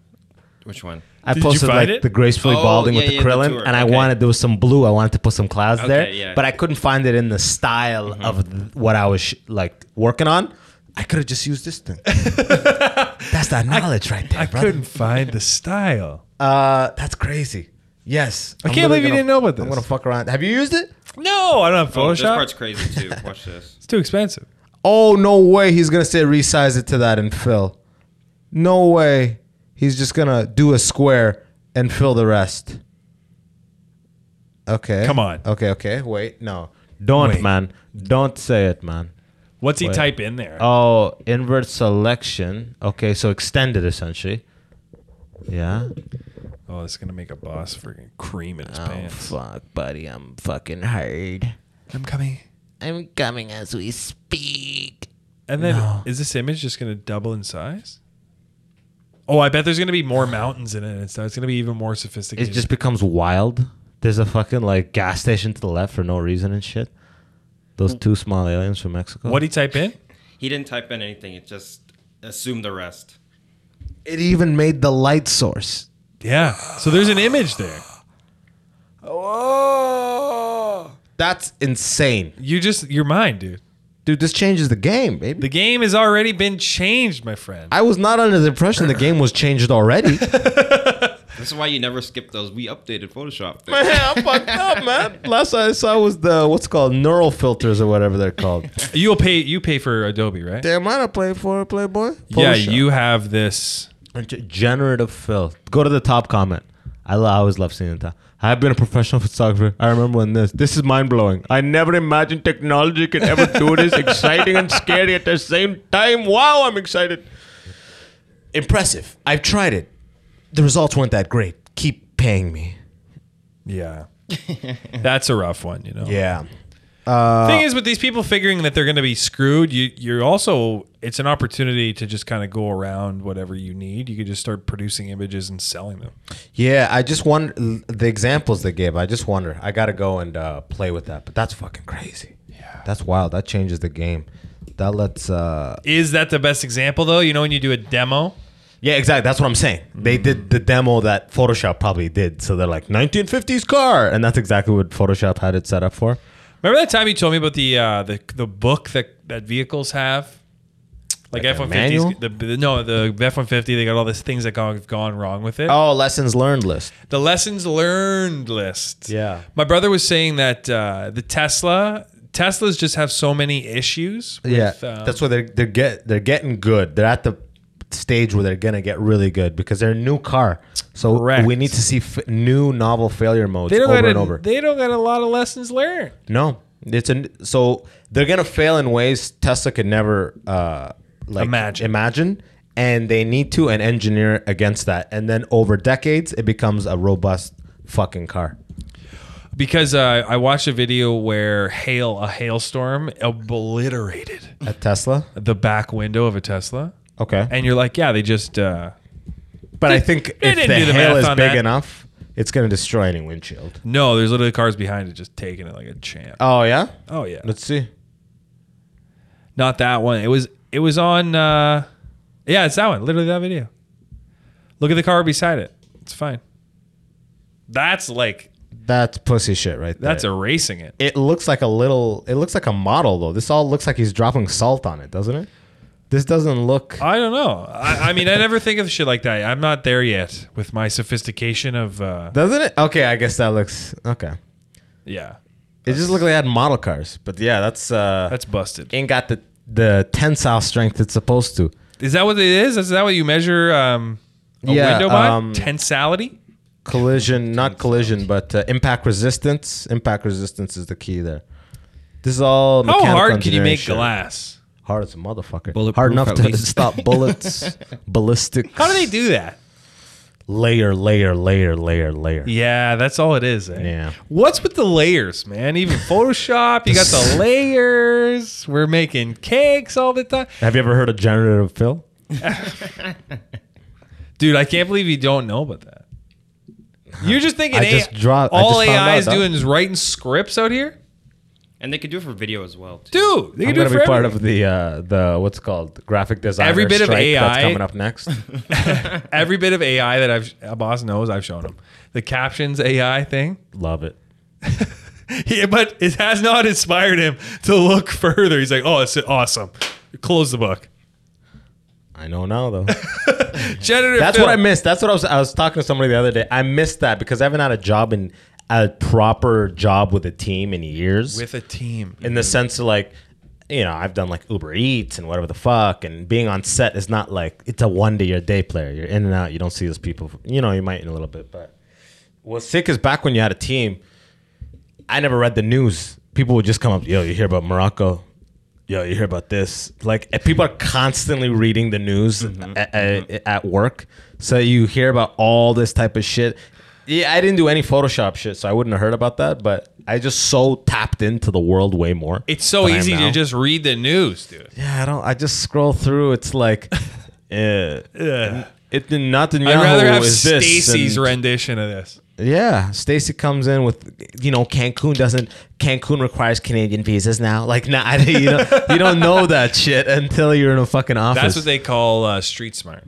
Which one?
I
Did you
posted like
find it?
the gracefully
Oh,
balding
yeah,
with the
yeah, the
Krillin,
tour,
and I
okay.
wanted there was some blue. I wanted to put some clouds there,
yeah. Mm-hmm.
but I couldn't find it in the style of th- what I was sh- like working on. I could have just used this thing. That's that knowledge right there,
I
brother.
couldn't find the style.
Uh, that's crazy. Yes, I
can't believe you didn't know about
I'm
this.
gonna fuck around. Have you used it?
(laughs) No, I don't have
Oh, this
Photoshop.
part's crazy too. Watch this.
it's too expensive.
Oh no way! He's gonna say resize it to that and fill. No way. He's just gonna do a square and fill the rest. Okay.
Come on.
Okay. Okay. Wait. No. Don't,
Wait.
man. Don't say it, man.
What's he
Wait.
type in there?
Oh, invert selection. Okay, so extended essentially. Yeah.
oh, it's gonna make a boss freaking cream in his
Oh
pants.
fuck, buddy. I'm fucking hard.
I'm coming.
I'm coming as we speak.
And then is this image just gonna double in size? Oh, I bet there's gonna be more mountains in it. and stuff. It's gonna be even more
It
sophisticated.
just becomes wild. There's a fucking like gas station to the left for no reason and shit. Those two small aliens from Mexico.
What do you type in?
He didn't type in anything. It just assumed the rest.
it even made the light source.
Yeah. So there's an image there.
Oh, that's insane,
You just your mind, dude.
dude! This changes the game, baby.
The game has already been changed, my friend.
I was not under the impression the game was changed already.
This is why you never skip those. We updated Photoshop.
man, I'm fucked up, (laughs) man. Last I saw was the what's it called neural filters or whatever they're called.
You'll pay you pay for Adobe, right?
Damn, I don't play for Playboy.
Yeah,
Photoshop.
you have this
Ge- Generative filth. Go to the top comment. I, lo- I always love seeing that. I've been a professional (laughs) photographer. I remember when this. This is mind blowing. I never imagined technology could ever do this exciting and scary at the same time. Wow, I'm excited. Impressive. I've tried it. The results weren't that great. Keep paying me.
Yeah. That's a rough one, you know.
Yeah.
Thing is with these people figuring that they're going to be screwed, you you're also it's an opportunity to just kind of go around whatever you need. You could just start producing images and selling them.
Yeah, I just wonder the examples they gave. I just wonder. I gotta go and uh, play with that. But that's fucking crazy. Yeah, that's wild. That changes the game. That lets. Uh,
Is that the best example though? You know when you do a demo?
yeah, exactly. That's what I'm saying. They did the demo that Photoshop probably did. So they're like 1950s car, and that's exactly what Photoshop had it set up for.
Remember that time you told me about the uh, the the book that that vehicles have,
Like
like,
a
F one
manual?
fifties. The, the no, the F one fifty. They got all these things that go- have gone wrong with it.
Oh, lessons learned list.
The lessons learned list.
Yeah.
my brother was saying that uh, the Tesla Teslas just have so many issues. With,
yeah,
um,
that's why they're they're get they're getting good. They're at the stage where they're gonna get really good because they're a new car. So
Correct.
we need to see f- new novel failure modes
they don't
over
got
and
a,
over.
They don't got a lot of lessons learned.
No, it's a so they're gonna fail in ways Tesla could never uh, like
Imagine.
Imagine, and they need to and engineer against that, and then over decades it becomes a robust fucking car.
Because uh, I watched a video where hail a hailstorm obliterated
A Tesla,
the back window of a Tesla.
okay,
And you're like, yeah, they just uh,
but I think
they
if
didn't
the
do the
hail
math
is
on
big
that.
enough, it's gonna destroy any windshield.
No, there's literally cars behind it just taking it like a champ.
Oh yeah,
oh yeah,
let's see.
not that one. It was it was on. uh Yeah, it's that one. Literally that video. Look at the car beside it. It's fine. That's like
That's pussy shit right there.
that's erasing it.
It looks like a little. It looks like a model though. This all looks like he's dropping salt on it, doesn't it? This doesn't look.
I don't know. I, I mean, I never think of shit like that. I'm not there yet with my sophistication of. uh
Doesn't it? Okay, I guess that looks okay.
Yeah,
It just looked like they had model cars, but yeah, that's uh,
that's busted.
ain't got the the tensile strength it's supposed to.
Is that what it is? Is that what you measure? um a
Yeah,
window by
um,
tensality.
Collision, not collision, but uh, impact resistance. Impact resistance is the key there. This is all.
How
mechanical
hard can you
engineering
make
shit.
glass?
Hard as a motherfucker.
Bulletproof,
hard enough
at
to
(laughs)
least.
stop bullets, ballistics.
How do they do that?
layer, layer, layer, layer, layer?
Yeah, that's all it is. eh?
Yeah.
What's with the layers, man? Even Photoshop, you
(laughs)
got the layers. We're making cakes all the time.
Have you ever heard of generative fill?
Dude, I can't believe you don't know about that. You're just thinking
I
A-
just draw- I
all
just found
AI is
out, dog.
doing is writing scripts out here?
And they could do it for video as well. Too.
Dude, they can
I'm
do it
gonna
for
be part
everything.
of the uh, the what's it called graphic design.
Every bit of AI
that's coming up next. (laughs)
every bit of AI that I've a boss knows I've shown him. The captions AI thing. (laughs)
Love it.
Yeah, but it has not inspired him to look further. He's like, "Oh, it's awesome. Close the book."
I know now though.
Generative
That's
fill.
what I missed. That's what I was. I was talking to somebody the other day. I missed that because I haven't had a job in a proper job with a team in years.
with a team.
in the sense of like, you know, I've done like Uber Eats and whatever the fuck, and being on set is not like it's a one day a day player. You're in and out. You don't see those people. You know, you might in a little bit, but what's sick is back when you had a team. I never read the news. People would just come up, yo, you hear about Morocco? Yo, you hear about this? Like eh, people are constantly reading the news
Mm-hmm.
at, at, at work, so you hear about all this type of shit. Yeah, I didn't do any Photoshop shit, so I wouldn't have heard about that. But I just so tapped into the world way more.
It's so
than I am
easy to
now.
just read the news, dude.
yeah. I don't. I just scroll through. It's like, (laughs)
(laughs)
eh, it not the
I'd rather have
is this
Stacy's
and-
rendition of this.
Yeah, Stacy comes in with, you know, Cancun doesn't. Cancun requires Canadian visas now. Like, nah, (laughs) I- you don't, you don't know that shit until you're in a fucking office.
That's what they call uh, street smart.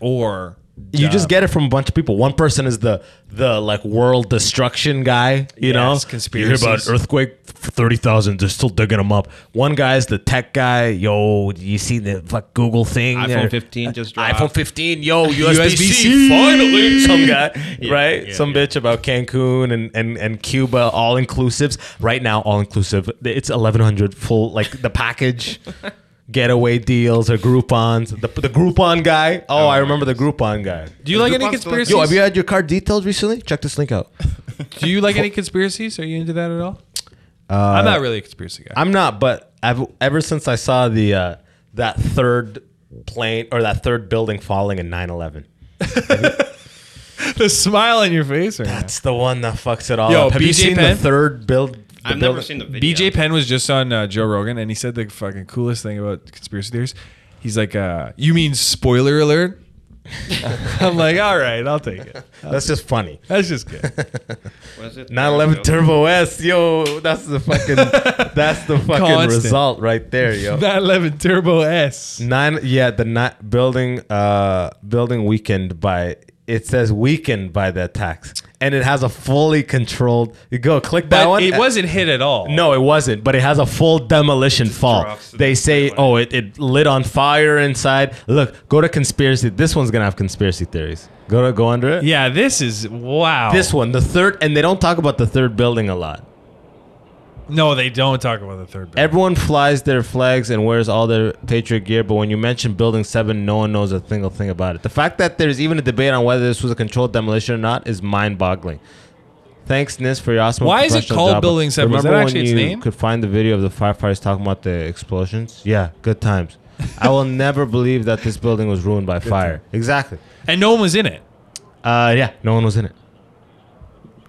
Or
you just get it from a bunch of people. One person is the the like world destruction guy, you
Yes,
know. You hear about
conspiracies.
earthquake thirty thousand, they're still digging them up. One guy's the tech guy. Yo, you see the fuck Google thing?
iPhone
Or-
15 just dropped.
iPhone 15, yo, USB-C,
USB-C.
finally, (laughs) some guy, right?
yeah,
some
yeah.
bitch about Cancun and, and, and Cuba, all inclusives. Right now, all inclusive. It's 1100 full, like the package getaway deals or Groupons. The, the Groupon guy. Oh, I remember the Groupon guy.
Do you like any
Groupon's still-
conspiracies?
Yo, have you had your card details recently? Check this link out.
Do you like any conspiracies? Are you into that at all?
Uh,
I'm not really a conspiracy guy.
(laughs) I'm not, but I've ever since I saw the uh, that third plane or that third building falling in 9/11.
the smile on your face. Right now.
That's the one that fucks it all
Yo,
up. Have you
BJ
seen
Penn?
the third build? the
I've never
building-
seen the video.
BJ Penn was just on uh, Joe Rogan, and he said the fucking coolest thing about conspiracy theories. He's like, uh, "You mean spoiler alert?" I'm like, "All right, I'll take it.
(laughs) That's just
(laughs)
funny.
That's
(laughs)
just good."
What is it?
911 Turbo S, yo, that's the fucking,
(laughs)
that's the fucking
Constant.
result right there,
(laughs)
yo.
911 Turbo S.
Nine, yeah, the not building, uh, building weakened by. It says weakened by the attacks, and it has a fully controlled. You go click that
But
one. uh,
it wasn't hit at all.
No, it wasn't. But it has a full demolition fall.
drops it
They
in
say,
the
oh, it, it lit on fire inside. Look, go to conspiracy. This one's gonna have conspiracy theories. Go to go under it.
Yeah, this is wow.
This one, the third, and they don't talk about the third building a lot.
No, they don't talk about the third. Building.
Everyone flies their flags and wears all their patriot gear, but when you mention Building 7, no one knows a single thing about it. The fact that there's even a debate on whether this was a controlled demolition or not is mind boggling. Thanks, NIST, for your awesome
Why is it
professional
called
job.
Building 7? Was
Remember
that
when
actually its
you
name?
could find the video of the firefighters talking about the explosions? Yeah, good times. I
(laughs)
will never believe that this building was ruined by fire. Exactly.
and no one was in it.
Uh, yeah, no one was in it.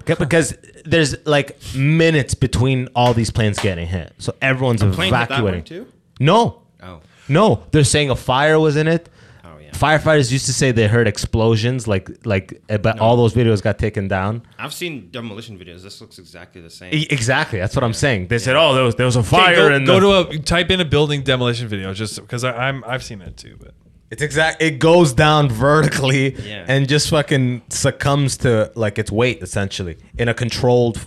Okay, Because there's like minutes between all these planes getting hit, so everyone's
Plane hit that
evacuating.
one too?
No,
Oh.
no, they're saying a fire was in it.
Oh, yeah.
Firefighters used to say they heard explosions, like like, uh, but all those videos got taken down.
I've seen demolition videos. This looks exactly the same.
E- exactly, that's what I'm saying. They said, "Oh, there was there was a
Okay,
fire
go,
in
go
the."
to a type in a building demolition video just because I'm I've seen it too. But
"Oh, it's exact. It goes down (laughs) vertically
Yeah.
and just fucking succumbs to like its weight essentially in a controlled.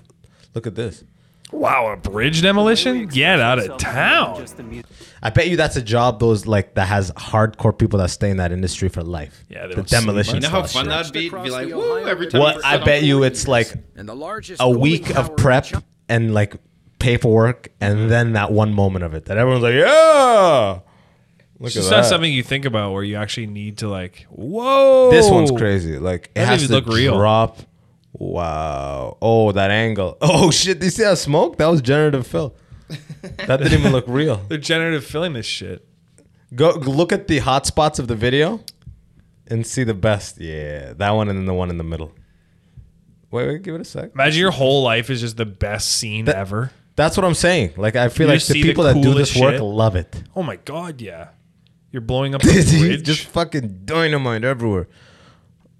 Look at this.
wow, a bridge demolition? Get out of town.
Just the mu-
I bet you that's a job those like that has hardcore people that stay in that industry for life.
Yeah, they
the
don't see
demolition.
you know how
stuff
fun
shit.
that'd be?
Across
Be like,
the
woo,
Ohio
every time.
Well,
for
I
some-
bet you it's like
and the largest
a week of prep and like paperwork, and
Mm-hmm.
then that one moment of it that everyone's like, yeah. Look
It's
at
just
that.
not something you think about where you actually need to like. Whoa,
This one's crazy. Like it
That
has to
doesn't look real.
drop. Wow. Oh, that angle. (laughs) Oh shit! Do you see that smoke? That was generative
(laughs)
fill. That didn't even look real.
They're generative filling this shit.
Go look at the hot spots of the video and see the best. Yeah, that one and then the one in the middle. Wait, wait, give it a sec.
Imagine your whole life is just the best scene
That-
ever.
That's what I'm saying. Like I feel
You
like
just
the
see the
people that do this
coolest
work
shit?
love it.
Oh my god, yeah. You're
(laughs)
blowing up a
He's
bridge.
just fucking dynamite everywhere.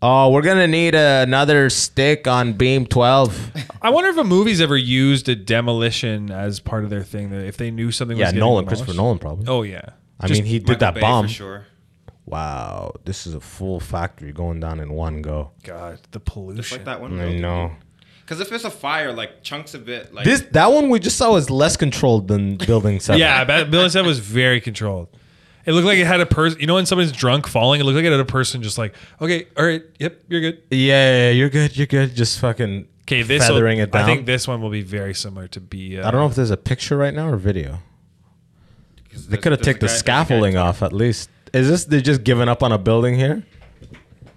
Oh, we're gonna need another stick on beam
(laughs)
twelve.
I wonder if a movie's ever used a demolition as part of their thing. That if they knew something was
yeah,
getting
Nolan,
demolished.
Christopher Nolan, probably.
Oh yeah.
I
Just-
mean, he
Michael
did that
Bay
bomb.
for sure.
Wow, this is a full factory going down in one go.
God, the
It's
pollution.
like that one.
I know.
Because if it's a fire, like chunks of it, like
This that one we just saw was less controlled than
(laughs)
Building Seven.
Yeah, but Bill said was very controlled. It looked like it had a person. You know, when someone's drunk falling, it looked like it had a person just like, okay, all right, yep, you're good.
Yeah, yeah, yeah, you're good. You're good. Just fucking
Okay, this
feathering it down.
I think this one will be very similar to B. Uh,
I don't know if there's a picture right now or video.
'cause
They
there's-
could have
there's a
taken the
guy- there's a guy-
scaffolding off at least. Is this they're just giving up on a building here?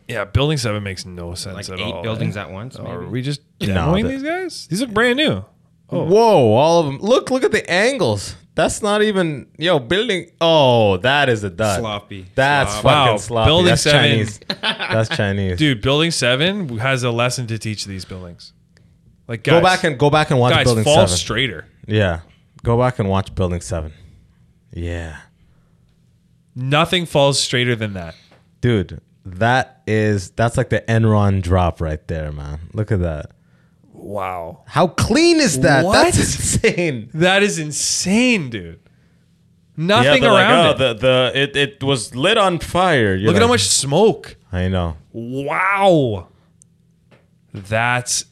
Yeah, building seven makes no sense
Like
at all.
"Oh,
eight buildings at once.
Are
maybe.
we just
No,
demoing
the-
these guys? These look brand new. Oh.
Whoa, all of them. Look, look at the angles. That's not even yo building. Oh, that is a dud.
Sloppy.
That's
Sloppy.
fucking
Wow,
sloppy.
building
That's
seven.
Chinese.
(laughs)
That's Chinese.
Dude, building seven has a lesson to teach these buildings. Like guys,
go back and go back and watch
guys
building
fall
seven.
straighter.
yeah, go back and watch building seven. Yeah,
Nothing falls straighter than that.
dude. That is that's like the Enron drop right there, man. Look at that.
Wow.
How clean is that?
What?
That's (laughs) insane.
That is insane, dude. Nothing
they're like,
around
"Oh,
it.
The, the it, it was lit on fire. You're
Look at how
like,
much smoke.
I know.
Wow. That's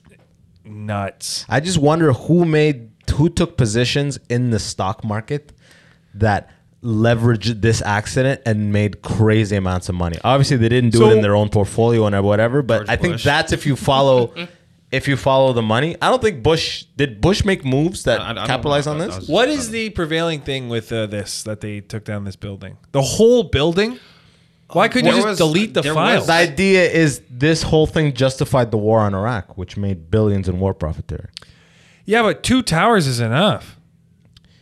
nuts.
I just wonder who made who took positions in the stock market that leveraged this accident and made crazy amounts of money. Obviously, they didn't do it
So-
in their own portfolio and whatever. But
George
I think
Bush.
that's if you
(laughs)
follow. If you follow the money, I don't think Bush did. Bush make moves that
I- I don't know
capitalize on
about
this.
those.
What is the prevailing thing with uh, this that they took down this building? The whole building? Why couldn't you
There
just
was-
delete the
there
files?
was-
The idea is this whole thing justified the war on Iraq, which made billions in war profiteering.
yeah, but two towers is enough.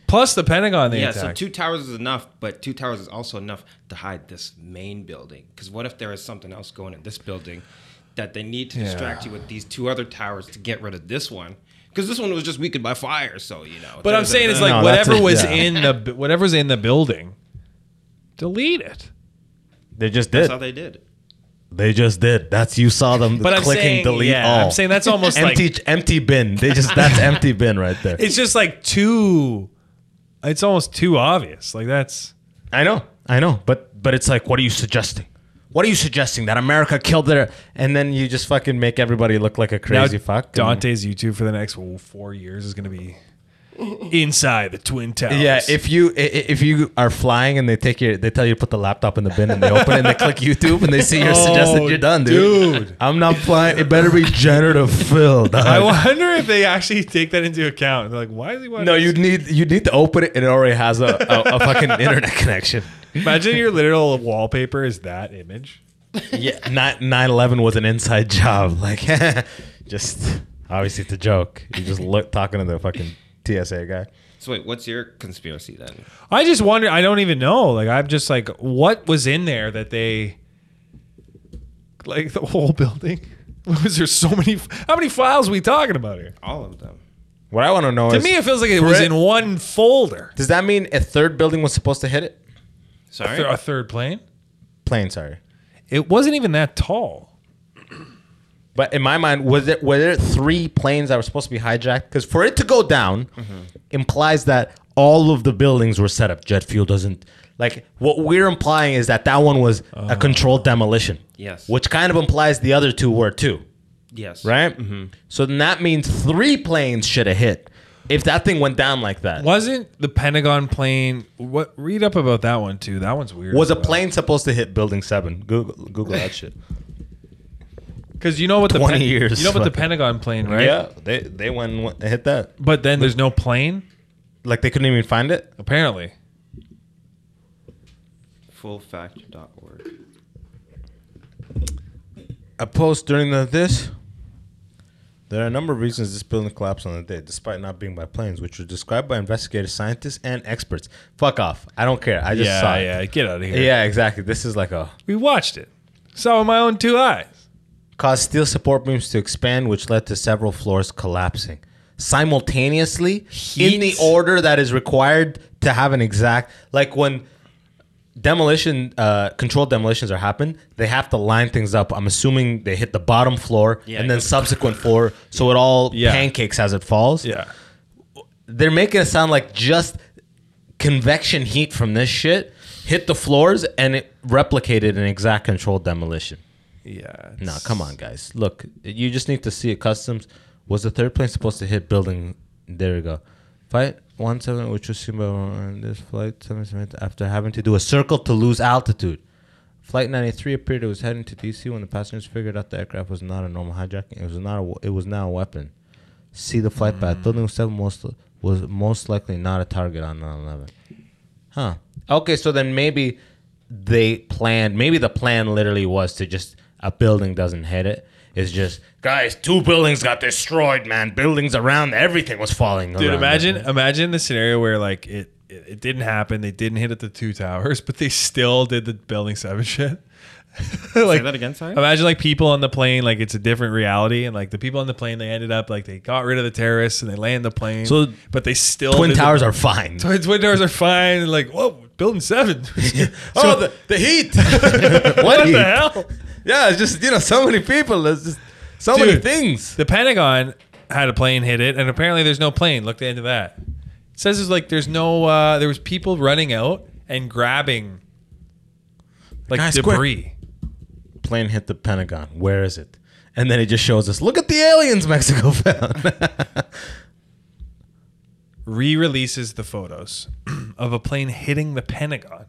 Plus the Pentagon they
Yeah, so
attacked.
two towers is enough, but two towers is also enough to hide this main building. Because what if there is something else going in this building that they need to distract you with these two other towers to get rid of this one? Because this one was just weakened by fire, so you know.
but I'm
there's a-
saying it's like
No, that's
whatever
it,
was
yeah.
in the bu- whatever's in the building, delete it.
They just
that's
did.
how they did.
They just did. That's you saw them
But I'm
clicking
saying,
delete
yeah,
all.
I'm saying that's almost like
(laughs) empty empty bin. They just that's
(laughs)
empty bin right there.
it's just like too. It's almost too obvious. Like that's
I know, I know, but but it's like, what are you suggesting? What are you suggesting that America killed their? And then you just fucking make everybody look like a crazy
now,
fuck. and-
Dante's YouTube for the next well, four years is going to be inside the twin towers.
Yeah, if you i- i- if you are flying and they take your they tell you to put the laptop in the bin and they open it and they
(laughs)
click YouTube and they see your suggested,
Oh,
you're done, dude.
dude.
I'm not flying. It better be generative fill. dog.
(laughs) I wonder if they actually take that into account. They're like, why is he? watching
no,
this?
you need you need to open it and it already has a, a, a fucking internet connection.
imagine your literal wallpaper is that image.
Yeah, 9-11 was an inside job. (laughs) Like, just obviously it's a joke. You just look talking to the fucking TSA guy.
So wait, what's your conspiracy then?
I just wonder. I don't even know. Like I'm just like, what was in there that they like the whole building? (laughs) Was there so many? How many files we talking about here?
All of them.
What I want to know
To
is,
me, it feels like it was in one folder.
does that mean a third building was supposed to hit it?
Sorry.
Th- A third plane.
Plane, sorry.
It wasn't even that tall.
But in my mind, was it were there three planes that were supposed to be hijacked? Because for it to go down
Mm-hmm.
implies that all of the buildings were set up. Jet fuel doesn't like what we're implying is that that one was
Oh.
a controlled demolition.
Yes.
Which kind of implies the other two were too.
yes.
right?
Mm-hmm.
So then that means three planes should have hit if that thing went down like that.
Wasn't the Pentagon plane? What? Read up about that one too. That one's weird.
Was a
as well.
plane supposed to hit Building Seven? Google, Google that shit.
Because you know what the
20
Pen-
years,
You know about
(laughs)
the
fucking-
Pentagon plane, (laughs) right?
Yeah, they they went and went- they hit that.
But then there's no plane.
Like they couldn't even find it.
Apparently,
Fullfactor.org.
A post during the this. There are a number of reasons this building collapsed on the day, despite not being by planes, which were described by investigators, scientists, and experts. Fuck off! I don't care. I just
yeah,
saw
yeah.
it.
Get out of here.
Yeah. exactly. This is like a
we watched it. Saw it with my own two eyes.
caused steel support beams to expand, which led to several floors collapsing simultaneously in the
Heat.
order that is required to have an exact like when demolition uh controlled demolitions are happen they have to line things up i'm assuming they hit the bottom floor
Yeah,
and then
yeah.
(laughs)
subsequent floor so it all
Yeah.
pancakes as it falls
Yeah.
they're making it sound like just convection heat from this shit hit the floors and it replicated an exact controlled demolition
Yeah.
no, come on, guys. Look, you just need to see it. Customs was the third plane supposed to hit building. There we go. Flight one seven, which was seen by on this flight seven seven after having to do a circle to lose altitude. Flight 93 appeared it was heading to DC when the passengers figured out the aircraft was not a normal hijacking. It was not. A, it was now a weapon. See the flight path. Building seven most was most likely not a target on 9/11. Huh. Okay, so then maybe they planned. Maybe the plan literally was to just a building doesn't hit it. It's just guys, two buildings got destroyed, man. Buildings around everything was falling.
Dude,
around
imagine
it.
imagine the scenario where like it, it it didn't happen. They didn't hit at the two towers, (laughs) but they still did the building seven shit. (laughs) like uh,
that again, sorry?
Imagine like people on the plane, like it's a different reality, and like the people on the plane, they ended up like they got rid of the terrorists and they land the plane.
So,
but they still
Twin
(laughs) did the-
towers are fine.
Twin, Twin Towers are fine. and, Like, whoa, Building seven. (laughs)
oh, the, the heat. (laughs) what
what
heat?
the hell?
(laughs) Yeah, it's just you know so many people. There's just so many
Dude.
things.
The Pentagon had a plane hit it, and apparently there's no plane. Look, the end of that. It says it's like there's no. Uh, there was people running out and grabbing like
Guys, quick.
debris.
Plane hit the Pentagon. Where is it? And then it just shows us. Look at the aliens Mexico found. (laughs)
Re-releases the photos (clears throat) of a plane hitting the Pentagon.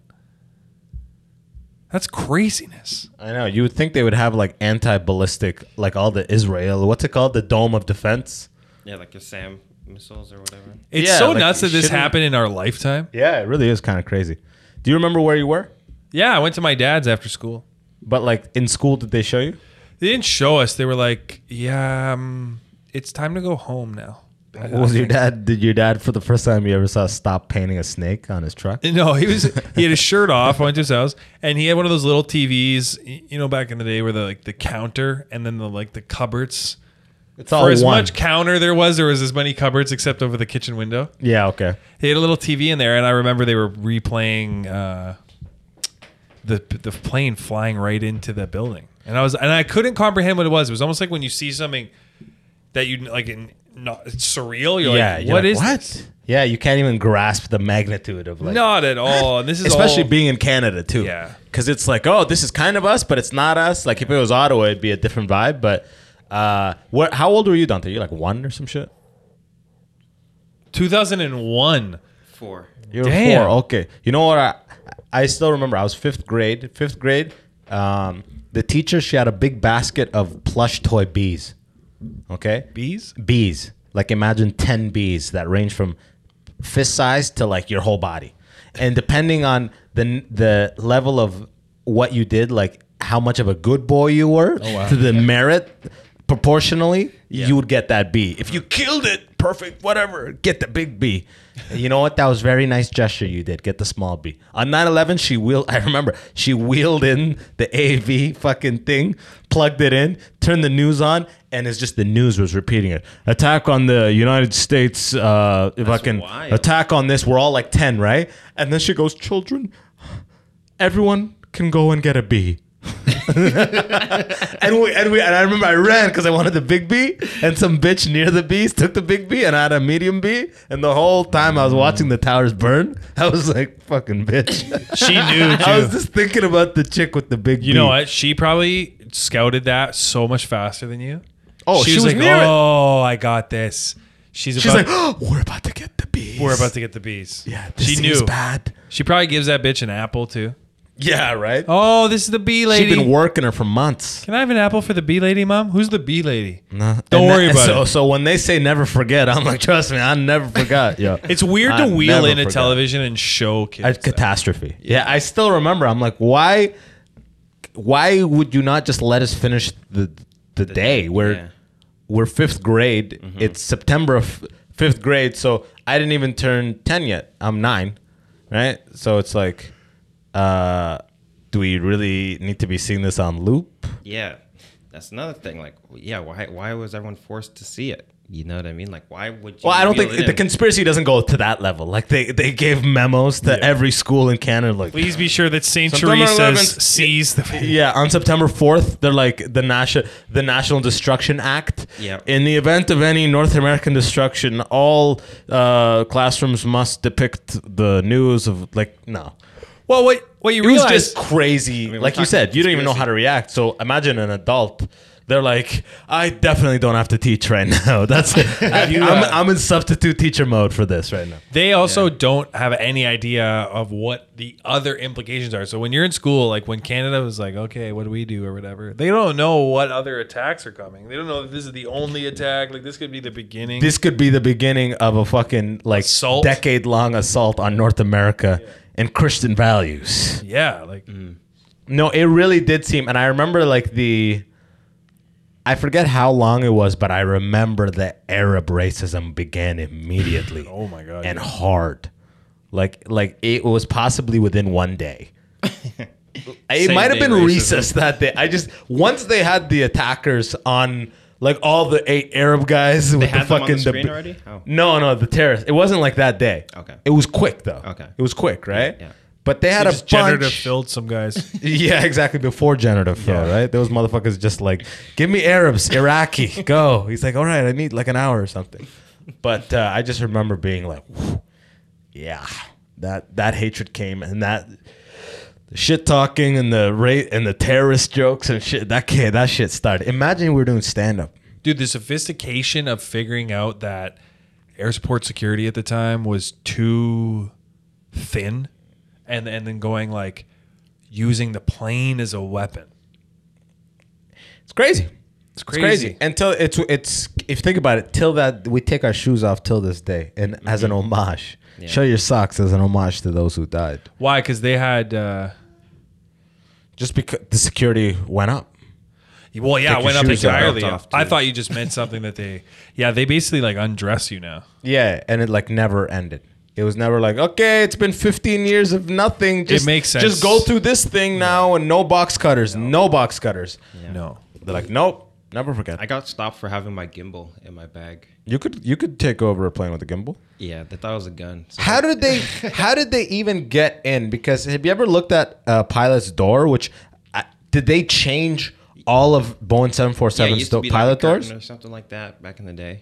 That's craziness.
I know. You would think they would have like anti-ballistic, like all the Israel. What's it called? The dome of defense.
Yeah, like your SAM missiles or whatever.
It's
Yeah,
so
like,
nuts that this
shouldn't-
happened in our lifetime.
Yeah, it really is kind of crazy. Do you remember where you were?
Yeah, I went to my dad's after school.
But like in school, did they show you?
They didn't show us. They were like, "Yeah, um, it's time to go home (laughs) now."
What Uh, was your dad? Did your dad, for the first time you ever saw, stop painting a snake on his truck?
No, he was he had his shirt off. I went to his house, and he had one of those little TVs, y- you know, back in the day, where the like the counter and then the like the cupboards.
It's
For as much counter there was, there was as many cupboards except over the kitchen window.
yeah. Okay.
He had a little TV in there, and I remember they were replaying uh, the the plane flying right into the building, and I was and I couldn't comprehend what it was. It was almost like when you see something that you like in not it's surreal. You're
yeah.
like,
you're
what
like,
is
what?
this?"
Yeah, you can't even grasp the magnitude of like.
Not at all. And this is
Especially
all-
being in Canada too.
Yeah.
Because it's like, oh, this is kind of us, but it's not us. Like if it was Ottawa, it'd be a different vibe. But uh, what? How old were you, Dante? You like one or some shit?
2001.
Four.
You were
Damn.
four. Okay. You know what? I I still remember. I was fifth grade. Fifth grade. Um, the teacher she had a big basket of plush toy bees. Okay.
Bees?
Bees. Like imagine ten bees that range from fist size to like your whole body, and depending on the the level of what you did, like how much of a good boy you were to the merit proportionally, you would get that bee. If you killed it, perfect, whatever, get the big bee. You know what? That was very nice gesture you did. Get the small bee. On 9/11, she wheeled. I remember she wheeled in the AV fucking thing, plugged it in, turned the news on, and it's just the news was repeating it. Attack on the United States. Uh, if I can
wild.
attack on this, we're all like ten, right? And then she goes, "Children, everyone can go and get a bee." and we and we and I remember I ran because I wanted the big bee, and some bitch near the bees took the big bee, and I had a medium bee. And the whole time I was watching the towers burn, (laughs) I was like, "Fucking bitch!" (laughs)
She knew.
I was just thinking about the chick with the big.
you know what? She probably scouted that so much faster than you.
Oh, she was
like,
near it.
"Oh, I got this." She's,
She's
about,
like, (gasps) oh, "We're about to get the bees.
"We're about to get the bees."
Yeah, this
she
seems
knew.
bad.
She probably gives that bitch an apple too.
Yeah, right.
Oh, this is the bee
She'd
lady.
been working her for months.
Can I have an apple for the bee lady, mom? Who's the bee lady?
Nah.
Don't
And
worry
that-
about
so,
it.
So when they say never forget, I'm like, trust me, I never forgot. Yeah,
It's weird
I
to wheel
never
in a
forgot.
television and show
a
kids. that.
catastrophe. Yeah. I still remember. I'm like, why? Why would you not just let us finish the the, day? Mm-hmm. We're
yeah.
we're fifth grade. It's September of fifth grade, so I didn't even turn ten yet. I'm nine, right? So it's like, uh, do we really need to be seeing this on loop?
Yeah, that's another thing. Like, yeah, why why was everyone forced to see it? You know what I mean? Like, why would you?
Well, I don't
reel
think
it
the
in?
conspiracy doesn't go to that level. Like they, they gave memos to every school in Canada. Like
Please be sure that Saint
September
Teresa's
11th.
sees the.
Yeah, on September 4th, they're like the national the National Destruction Act.
Yeah.
In the event of any North American destruction, all uh, classrooms must depict the news of like no.
Well, what what you
It was
realize?
just crazy.
we're
like you
talking
said, you don't even know
conspiracy.
how to react. So imagine an adult. They're like, I definitely don't have to teach right (laughs) now. That's it. I, am I'm in substitute teacher mode for this right now.
They also don't have any idea of what the other implications are. So when you're in school, like when Canada was like, okay, what do we do or whatever, they don't know what other attacks are coming. They don't know that this is the only attack. Like this could be the beginning.
This could be the beginning of a fucking like
Assault?
decade long assault on North America and Christian values.
yeah, like oh
No, it really did seem, and I remember like the, I forget how long it was, but I remember the Arab racism began
(laughs)
immediately.
Oh my God,
And hard, like like it was possibly within one day.
(laughs)
it
Same
might have
day
been
racism.
recess that day. I just once they had the attackers on. Like all the eight Arab guys with
had
the
them on the
fucking
screen already? Oh.
No, no, the terrorist. It wasn't like that day.
Okay.
It was quick though.
Okay.
It was quick, right?
Yeah.
But they had
They
a
just
bunch.
generative filled some guys.
(laughs) Yeah, exactly. Before generative flow,
Yeah.
right? Those motherfuckers just like, give me Arabs, Iraqi, (laughs) go. He's like, all right, I need like an hour or something. But uh, I just remember being like, "Whew, yeah, that that hatred came and that the shit talking and the rate and the terrorist jokes and shit. That kid, that shit started. Imagine we were doing stand up.
Dude, the sophistication of figuring out that airport security at the time was too thin and and then going like using the plane as a weapon.
It's crazy. It's
crazy.
Until it's it's if you think about it, till that we take our shoes off till this day, and as an homage, show your socks as an homage to those who died.
Why? Cuz they had uh
just because the security went up.
well,
Take
yeah, it
your
went up
shoes off.
entirely.
Off,
I
too.
thought you just meant something that they, yeah, they basically like undress you now.
Yeah, and it like never ended. It was never like, okay, it's been 15 years of nothing. Just,
makes sense.
Just go through this thing now and no box cutters, no, box cutters.
No,
They're like, nope, never forget.
I got stopped for having my gimbal in my bag.
you could you could take over a plane with a gimbal.
Yeah, they thought it was a gun. So
How did they how did they even get in? Because have you ever looked at a pilot's door? Which I, did they change all of Boeing
yeah, it
747
used to
sto-
be like a
pilot
curtain
doors?
or something like that back in the day?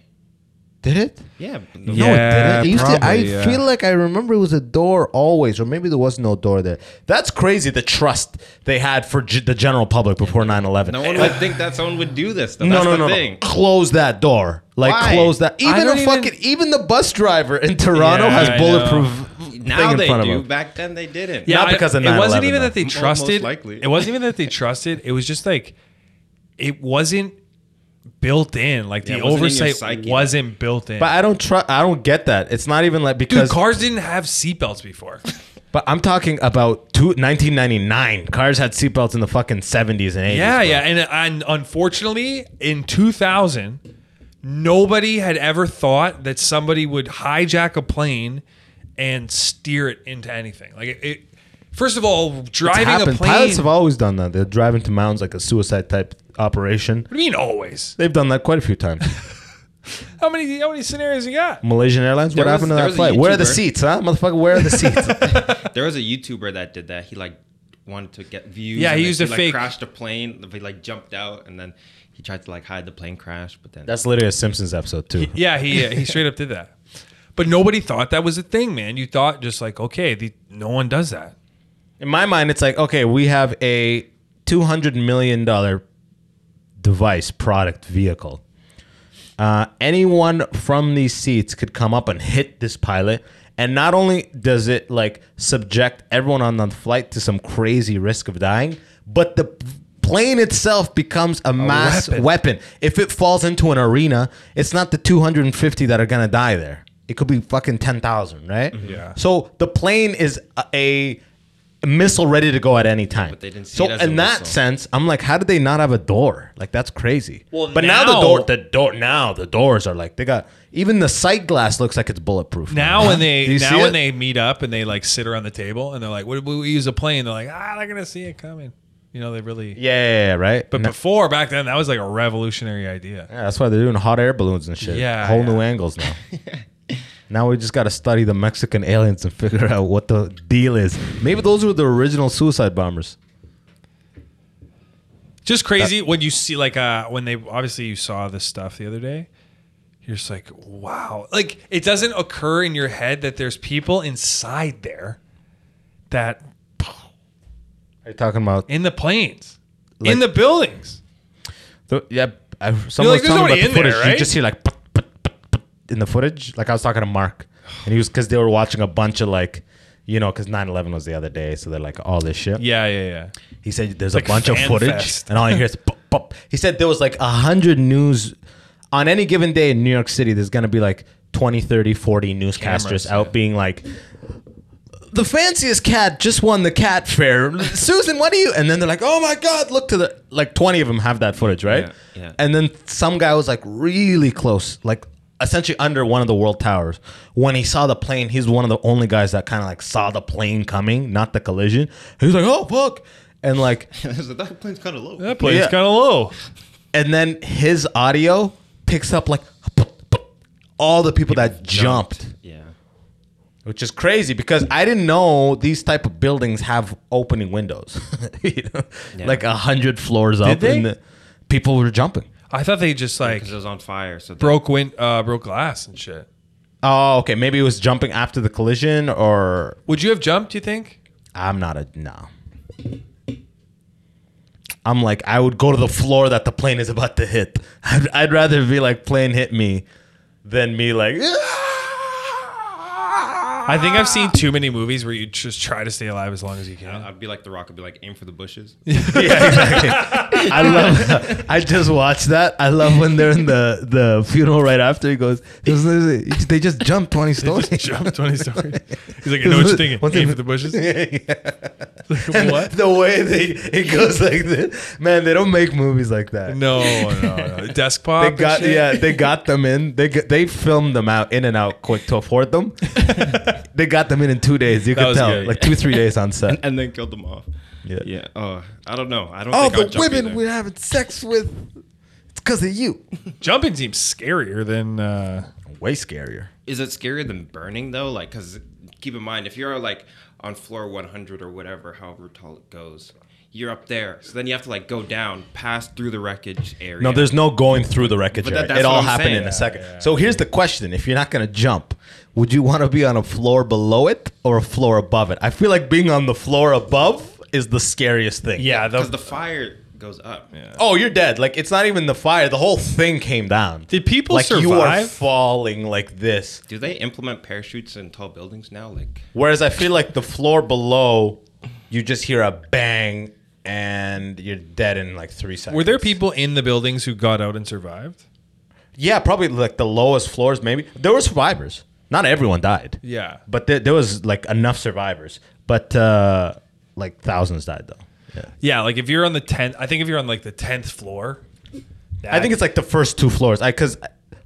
Did it?
Yeah,
Yeah.
No, it didn't. It used to- I
probably, yeah.
feel like I remember it was a door always, or maybe there was no door there. That's crazy. The trust they had for g- the general public before 9-11.
no one would think that someone would do this. Though.
no,
That's
no,
the
no, no.
thing.
Close that door. Like
Why?
close that.
I
Even a
don't even-
fucking even, the bus driver in Toronto
Yeah, I
has bulletproof (coughs)
Now
thing
they
in front
do.
of him.
Back then they didn't.
Yeah. Not because of
It
9/11,
wasn't even
though.
that they
Most
trusted.
likely.
It wasn't even that they trusted. It was just like it wasn't built in. Like
Yeah,
the
it wasn't in your
oversight
psyche.
wasn't built in.
But I don't trust. I don't get that. It's not even like
Dude,
because.
cars didn't have
(laughs)
seatbelts before.
but I'm talking about two, 1999. Cars had seatbelts in the fucking 70s and 80s.
yeah,
bro.
yeah, and and unfortunately, in 2000, nobody had ever thought that somebody would hijack a plane and steer it into anything. Like it. it First of all, driving a
happened.
plane.
Pilots have always done that. They're driving to mounds like a suicide type operation.
what do you mean always?
They've done that quite a few
(laughs)
times.
How many how many scenarios you got?
Malaysian Airlines. What
There was-
happened to
there
that
was a
flight? Where are the
YouTuber.
seats, huh, motherfucker? Where are the
(laughs)
seats?
There was a YouTuber that did that. He like wanted to get views.
Yeah,
and
he
then
used a
like,
fake-
Crashed a plane. He like jumped out and then he tried to like hide the plane crash, but then (laughs)
That's literally a Simpsons episode too.
Yeah, he uh, he straight up did that. But nobody thought that was a thing, man. You thought just like, okay, the, no one does that.
In my mind, it's like okay, we have a two hundred million dollar device, product, vehicle. Uh, anyone from these seats could come up and hit this pilot. And not only does it like subject everyone on the flight to some crazy risk of dying, but the p- plane itself becomes a mass
weapon.
weapon. If it falls into an arena, it's not the 250 that are gonna die there. It could be fucking 10,000, right?
Mm-hmm. Yeah.
So the plane is a, a missile ready to go at any time.
But they didn't see
so
it as a
in that
missile.
sense, I'm like, how did they not have a door? Like that's crazy.
Well,
but now,
now-
the door, the door, now the doors are like they got even the sight glass looks like it's bulletproof.
Now when
Do
they
you see
now when
it?
they meet up and they like sit around the table and they're like, what did we use a plane? They're like, ah, they're gonna see it coming. You know, they really.
yeah, yeah, yeah, right.
But
Now-
before back then, that was like a revolutionary idea.
yeah, that's why they're doing hot air balloons and shit.
Yeah,
whole new
yeah.
angles (laughs) now. now we just got to study the Mexican aliens and figure out what the deal is. Maybe those were the original suicide bombers.
Just crazy when you see like uh when they obviously you saw this stuff the other day. You're just like, wow. Like it doesn't occur in your head that there's people inside there that
Are you talking about?
in the planes,
Like-
in the buildings.
The, yeah, I, someone
like,
was
"There's
talking about
nobody
the
in there,
footage.
right?"
You just hear like put, put, put, put in the footage. Like I was talking to Mark, and he was because they were watching a bunch of like, you know, because 9/11 was the other day, so they're like all this shit.
Yeah, yeah, yeah.
He said there's
Like
a bunch of
fan
footage,
fest.
and all you hear is pop, pop. He said there was like a hundred news on any given day in New York City. There's gonna be like 20, 30, 40 newscasters
Cameras,
out
yeah.
being like. The fanciest cat just won the cat
(laughs)
fair. Susan, what are you? And then they're like, "Oh my god, look to the like twenty of them have that footage, right?"
Yeah, yeah.
And then some guy was like really close, like essentially under one of the world towers. When he saw the plane, he's one of the only guys that kind of like saw the plane coming, not the collision. He was like, "Oh fuck!" And like,
that plane's kind of low.
That plane's
Yeah.
kind of low.
and then his audio picks up like all the people that jumped.
Yeah.
which is crazy because I didn't know these type of buildings have opening (laughs) windows, You know?
Yeah.
like a hundred floors up.
they?
And the, people were jumping.
I thought they just like
because it was on fire. So they-
broke win- uh, broke glass and shit.
Oh, okay. Maybe it was jumping after the collision, or
Would you have jumped? Do you think?
I'm not a no. I'm like I would go to the floor that the plane is about to hit. (laughs) I'd, I'd rather be like plane hit me than me like. (laughs)
I think I've
Ah.
seen too many movies where you just try to stay alive as long as you can.
I'd be like the Rock. I'd be like, aim for the bushes.
Yeah, exactly. I love. (laughs) I just watched that. I love when they're in the the funeral right after. He goes. "It was literally- they just jumped twenty stories. (laughs)
(laughs) Jump twenty stories. He's like, I know what you're thinking.
What's
Aim
it-
for the bushes.
(laughs) And
what?
The way they it goes like this. Man, they don't make movies like that.
No, no, no. Desk pop.
They
and
got
shit?
yeah, they got them in. They got, they filmed them out in and out quick to afford
(laughs)
them. they got them in in two days. You
That
could
was
tell,
good.
like two three days on
(laughs)
set.
(laughs) and then killed them off.
Yeah.
Yeah. Oh, I don't know. I don't.
All
think I'd
the
jump
women
either.
we're having sex with, it's because of you.
Jumping seems scarier than. Uh,
Way scarier.
Is it scarier than burning though? Like, cause keep in mind, if you're like on floor 100 or whatever, however tall it goes, you're up there. So then you have to like go down, pass through the wreckage area.
No, there's no going through the wreckage.
But that-
area.
that's
it
what
all
I'm
happened
saying.
in a second. So here's the question: If you're not gonna jump, would you want to be on a floor below it or a floor above it? I feel like being on the floor above is the scariest thing.
yeah, the,
because the fire goes up. Yeah.
Oh, you're dead. Like it's not even the fire. The whole thing came down.
Did people
like you are
survive?
falling like this?
Do they implement parachutes in tall buildings now? Like,
Whereas I feel like the floor below, you just hear a bang and you're dead in like three seconds.
were there people in the buildings who got out and survived?
Yeah, probably like the lowest floors. Maybe there were survivors. Not everyone died.
Yeah.
but there, there was like enough survivors. But uh like thousands died though. Yeah.
Yeah, like if you're on the tenth, I think if you're on like the tenth floor,
Oh, I think it's like the first two floors. I because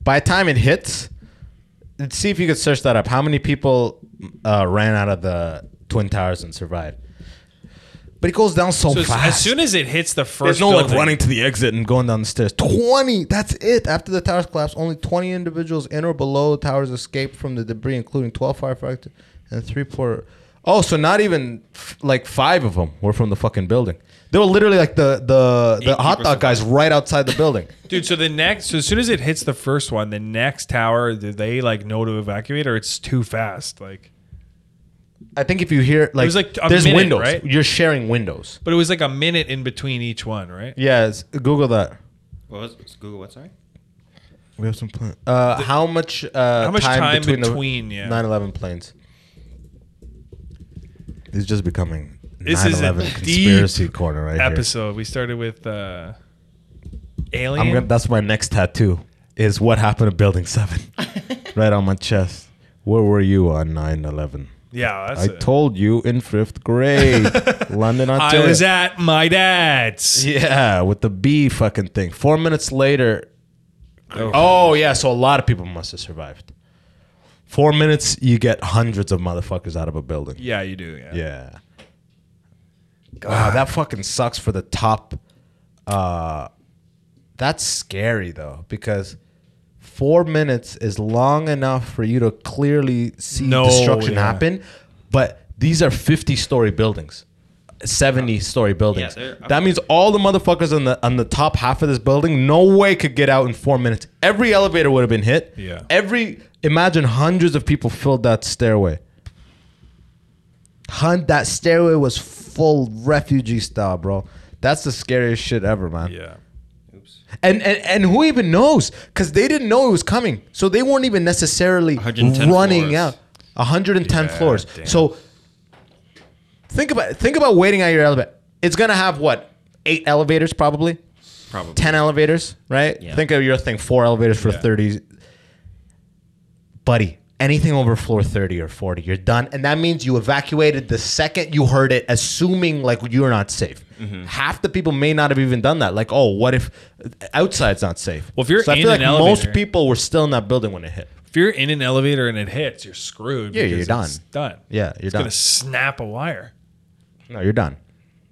by the time it hits, let's see if you could search that up. How many people uh, ran out of the twin towers and survived? But it goes down so,
so as-
fast.
as soon as it hits the first.
there's no like
building-
running to the exit and going down the stairs. Twenty. That's it. After the towers collapse, only twenty individuals in or below towers escaped from the debris, including twelve firefighters and three poor. Oh, so not even f- like five of them were from the fucking building. They were literally like the the, the hot
Gatekeepers.
dog guys right outside the building.
Dude, so the next, so as soon as it hits the first one, the next tower, do they like know to evacuate or it's too fast? Like,
I think if you hear like,
was, like, a
there's
minute,
windows,
right?
you're sharing windows.
but it was like a minute in between each one, right?
Yes, Google that.
what was was Google? What sorry?
We have some plans. Uh, how much? Uh,
How much time between,
the
yeah.
9/11 planes? It's just becoming
This is a
9/11
deep
conspiracy corner right
Episode. We started with uh
here.
Alien.
I'm gonna, that's my next tattoo. Is what happened to Building (laughs) Seven, right on my chest. Where were you on 9/11?
yeah, that's
I
it.
told you in fifth
(laughs)
grade, London,
I
Ontario.
was at my dad's.
Yeah, with the bee fucking thing. Four minutes later. Oh, yeah. So a lot of people must have survived. Four minutes, you get hundreds of motherfuckers out of a building.
Yeah, you do. Yeah.
Yeah. Wow, that fucking sucks for the top. Uh, that's scary though, because four minutes is long enough for you to clearly see
No,
destruction
yeah.
happen. But these are fifty-story buildings, seventy-story buildings.
they're-
that means all the motherfuckers on the on the top half of this building, no way could get out in four minutes. Every elevator would have been hit.
Yeah.
Every imagine hundreds of people filled that stairway. Hunt that stairway was full refugee style, bro. That's the scariest shit ever, man.
Yeah.
Oops.
And, and and who even knows? Because they didn't know it was coming, so they weren't even necessarily
110
running
floors.
out. 110
Yeah,
floors.
damn.
So think about think about waiting at your elevator. It's gonna have what eight elevators probably.
Probably.
10 elevators, right?
Yeah.
Think of your thing, four elevators for 30. Buddy, anything over floor 30 or 40, you're done. And that means you evacuated the second you heard it, assuming like you're not safe.
Mm-hmm.
Half the people may not have even done that. Like, oh, what if outside's not safe?
Well, if you're
so I
in
feel
an
like most
elevator-
people were still in that building when it hit.
If you're in an elevator and it hits, you're screwed.
Yeah, you're
because
done.
It's done.
Yeah, you're
It's
done.
gonna snap a wire.
No, you're done.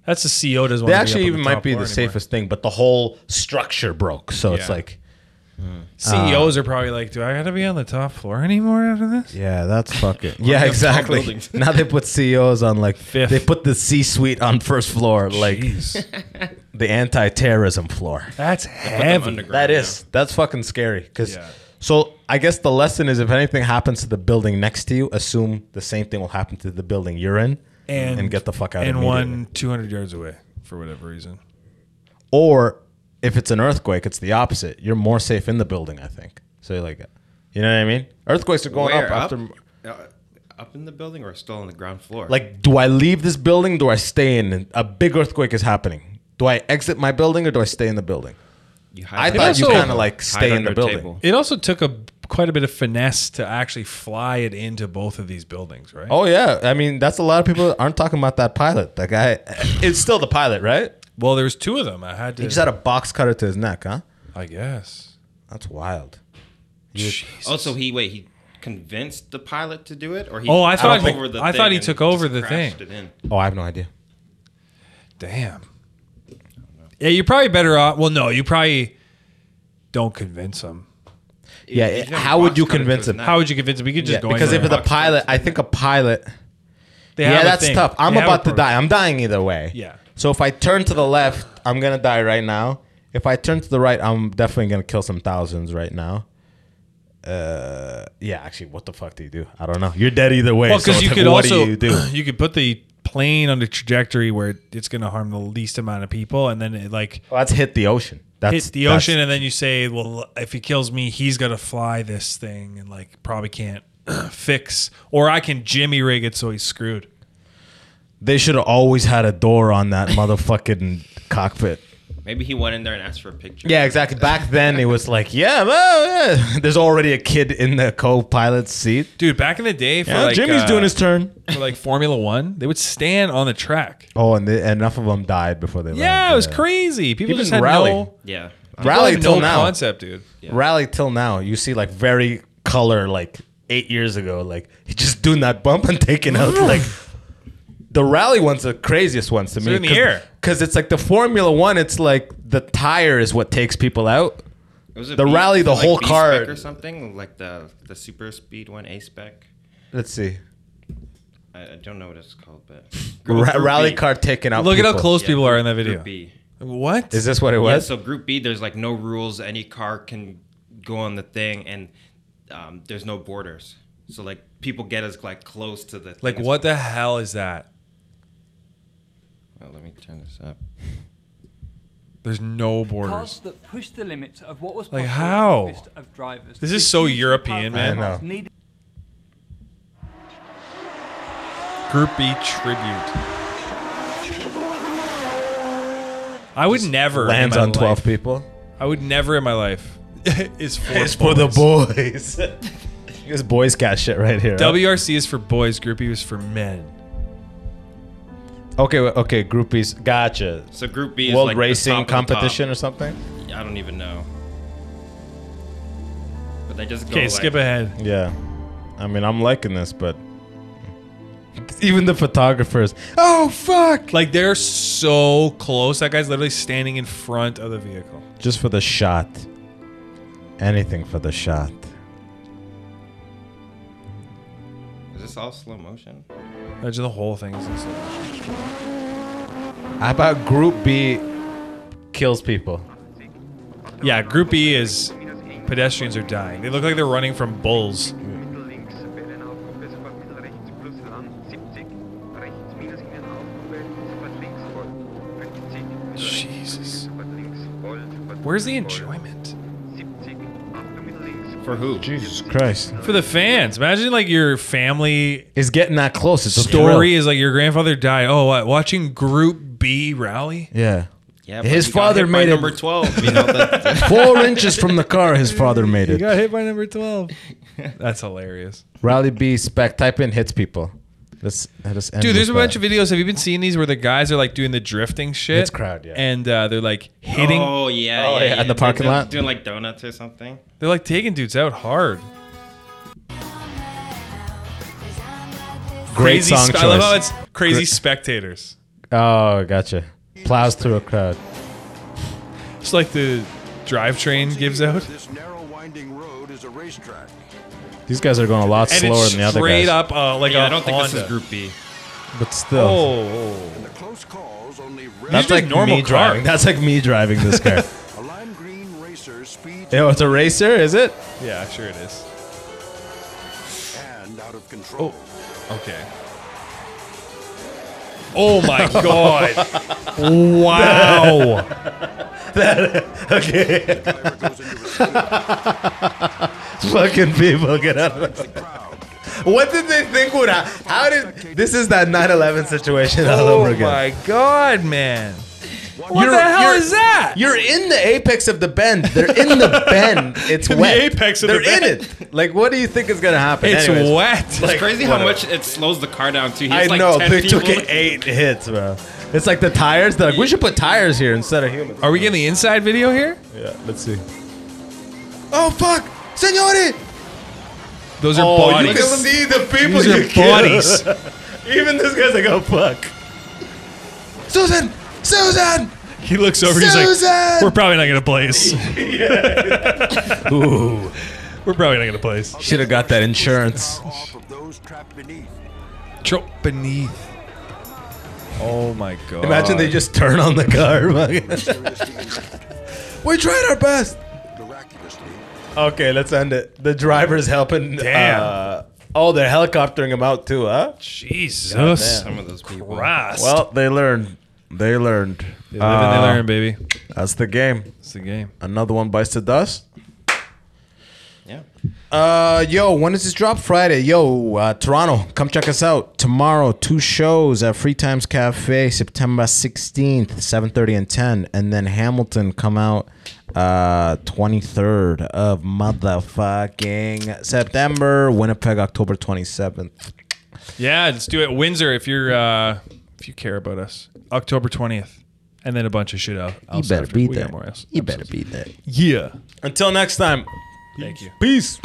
That's the CO doesn't.
They
wanna be up
actually
on
even
the
might
top
be the
floor anymore.
safest thing, but the whole structure broke. So it's
Yeah.
like uh,
CEOs E are probably like, do I got to be on the top floor anymore after this?
Yeah,
(laughs)
that's fucking. yeah, exactly. (laughs)
buildings.
now they put CEOs on like
Fifth.
they put the C suite on first floor, like (laughs)
Jeez.
the anti-terrorism floor.
that's heavy.
underground.
That is that's fucking scary. Because
Yeah.
so I guess the lesson is if anything happens to the building next to you, assume the same thing will happen to the building you're in,
And,
get the fuck out.
And
immediately.
one 200 yards away for whatever reason.
Or if it's an earthquake, it's the opposite. You're more safe in the building, I think. So you're like, you know what I mean? Earthquakes are going
Where?
up after.
uh, up in the building or still on the ground floor?
Like, do I leave this building? Do I stay in? And A big earthquake is happening. Do I exit my building or do I stay in the building?
you
I
under
thought
a
you
table.
kinda, like, stay
Hide
in the
under a
building.
table.
It also took a quite a bit of finesse to actually fly it into both of these buildings, right?
Oh yeah, I mean that's a lot of people aren't talking about that pilot. That guy, it's still the pilot, right?
Well, there's two of them. I had to.
He just had a box cutter to his neck, huh?
I guess.
That's wild.
Jeez.
Oh, so he wait he convinced the pilot to do it, or he?
Oh, I
took
thought- I
thing
thought he
and
took over
just
the
crashed
thing.
it in?
Oh, I have no idea.
Damn. Yeah, you're probably better off. Well, no, you probably don't convince them.
Yeah,
He
it-
didn't
how would you
box cut it to
convince
his
him?
neck.
How would you convince them? You could just
Uh, Yeah,
go in
because
there.
if the
box
pilot,
cutter to
I
the
think a pilot.
They have
Yeah,
a
that's
thing.
tough. I'm
They have a
about to
program.
die. I'm dying either way.
Yeah.
So if I turn to the left, I'm gonna die right now. If I turn to the right, I'm definitely gonna kill some thousands right now. Uh, yeah. Actually, what the fuck do you do? I don't know. You're dead either way.
Well,
so it's
because you
like,
could
what
also
do you
(clears throat)
(clears throat) do?
you, could put the plane on a trajectory where it's going to harm the least amount of people, and then it like
Well, that's hit the ocean. That's
hits the
that's-
ocean, and then you say, well, if he kills me, he's got to fly this thing, and like probably can't (clears throat) fix, or I can jimmy rig it so he's screwed.
They should have always had a door on that motherfucking cockpit.
Maybe he went in there and asked for a picture.
Yeah, exactly. (laughs) Back then, it was like, yeah, well, yeah. (laughs) there's already a kid in the co-pilot's seat.
Dude, back in the day, for
Yeah,
like,
Jimmy's
uh,
doing his turn.
(laughs) for like Formula One, they would stand on the track.
Oh, and the, enough of them died before they.
Yeah,
learned,
it was crazy. People
Even
just had
rally.
no
yeah.
Rally
had
till
no
now.
concept, dude.
Rally till now, you see like very color like eight years ago, like (laughs) he just doing that bump and taking
(laughs)
out like. The rally one's the craziest ones to me.
in the air.
Because it's like the Formula One, it's like the tire is what takes people out.
It was a
The rally, the whole
B
car-
spec or something like the the super speed one A spec.
Let's see.
I, I don't know what it's called, but
Ra-
Group
rally
B.
car taking out.
Look at how
people.
close
Yeah,
people are in that
Group
video.
B.
What?
Is this what it
Yeah,
was?
so Group B, there's like no rules. Any car can go on the thing, and um, there's no borders. So like people get as like close to the
like
thing as-
what the hell is that?
Oh, let me turn this up.
There's no borders.
Cars that push the limits of what was
Like,
possible
how?
for the best of drivers.
This is so
The huge
European,
power
man. I
cars
know.
needed-
Group B tribute. I would never in
lands
my
on 12
life-
people.
I would never in my life. (laughs) is for boys.
boys. (laughs) this Boy Scout shit right here. huh?
WRC is for boys. Group B is for men.
okay, wait, okay, groupies. Gotcha.
So Group B is
World
like the
racing
top of the top.
competition or something?
I don't even know. But they just go
Okay,
like,
skip ahead.
Yeah. I mean, I'm liking this, but even the photographers. Oh fuck!
Like they're so close. That guy's literally standing in front of the vehicle.
Just for the shot. Anything for the shot.
Is this all slow motion?
Imagine the whole thing is this.
How about Group B kills people?
Yeah, Group E is pedestrians are dying. They look like they're running from bulls.
Mittel links bei der Aufgabe sofort mittel rechts plus lang 70, rechts minus Innenaufgabe sofort links voll 50, mittel
Jesus.
rechts sofort links voll. sofort
Where's the
voll,
enjoyment?
70, Achtung, mittel links.
For who?
Jesus Christ.
For the fans. Imagine like your family
Is getting that close. It's a (laughs)
story
thrill.
is like your grandfather died. Oh, what? Watching Group B rally?
Yeah.
Yeah, but
His
he got
father
hit by
made
number
it
twelve.
(laughs)
You know, that,
four inches from the car. His father made it.
hit by number 12. (laughs) That's hilarious.
Rally B spec. Type in hits people. Let's, let's end
Dude, there's a
with
bunch
that.
of videos. Have you been seeing these where the guys are like doing the drifting shit?
It's crowd, yeah.
And uh, they're like hitting,
Oh yeah,
Oh,
yeah,
yeah, in the
They're
parking
doing-
lot?
doing like donuts or something.
they're like taking dudes out hard.
great
crazy
song
spe-
choice.
I love how it's crazy spectators.
oh, gotcha. Plows through a crowd.
It's like the drivetrain gives out.
This narrow winding road is a racetrack.
These guys are going a lot
And
slower
it's
than the other
straight
guys.
up uh, like
Yeah,
I
I don't think this is
group.
Group B.
But still,
Oh,
The close calls only
that's
These are
like normal
normal
me
cars.
driving. That's like me driving this
(laughs)
car.
a lime green racer speeds
Yo, it's a racer, is
(laughs)
it?
yeah, sure it is.
and out of control.
Okay. Oh my god!
Wow.
Driver goes into a spin.
(laughs) Fucking people, get out of
The crowd.
(laughs) What did they think would happen? How did this is that 9/11 situation all over
oh
again?
my god, man! What
You're-
the hell
you're-
is that?
You're in the apex of the bend. They're in
(laughs)
the bend. It's
In the
wet.
apex of the
They're in it. Like, what do you think is gonna happen?
It's
Anyways,
wet.
like,
It's crazy how
whatever.
much it slows the car down too. He's
I
like
know
10
they
people.
took it eight hits, bro. It's like the tires. They're like, we should put tires here instead of humans.
Are we getting the inside video here?
Yeah, let's see.
Oh fuck, Signore!
Those are
Oh, you
bodies.
can see the people.
These
you
are bodies.
(laughs) Even this guy's like, oh fuck. Susan, Susan.
He looks over. He's
Susan!
like, "We're probably not
(laughs)
gonna place. Ooh, we're probably not gonna place."
Should have got that insurance.
Car off of those trapped beneath.
Drop beneath. Oh my god!
Imagine they just turn on the car. (laughs)
Seriously (laughs) injured.
we tried our best.
Miraculously,
Okay, let's end it. The driver's helping.
Damn.
Uh, oh, they're helicoptering him out too, huh?
Jesus
Some of those people.
Christ!
Well, they learned. They learned.
they live
Uh,
and they learn, baby.
That's the game.
It's the game.
Another one bites the dust.
Yeah.
Uh, yo, when is this drop? Friday. Yo, uh, Toronto, come check us out tomorrow. Two shows at Free Times Cafe, September sixteenth, seven thirty and ten, and then Hamilton come out uh twenty third of motherfucking September. Winnipeg, October twenty seventh.
Yeah, let's do it. Windsor, if you're uh, if you care about us, October twentieth, and then a bunch of shit out.
You
else
better
after.
be
We got
there.
more else.
You better be there.
Yeah.
Until next time.
Thank you.
Peace.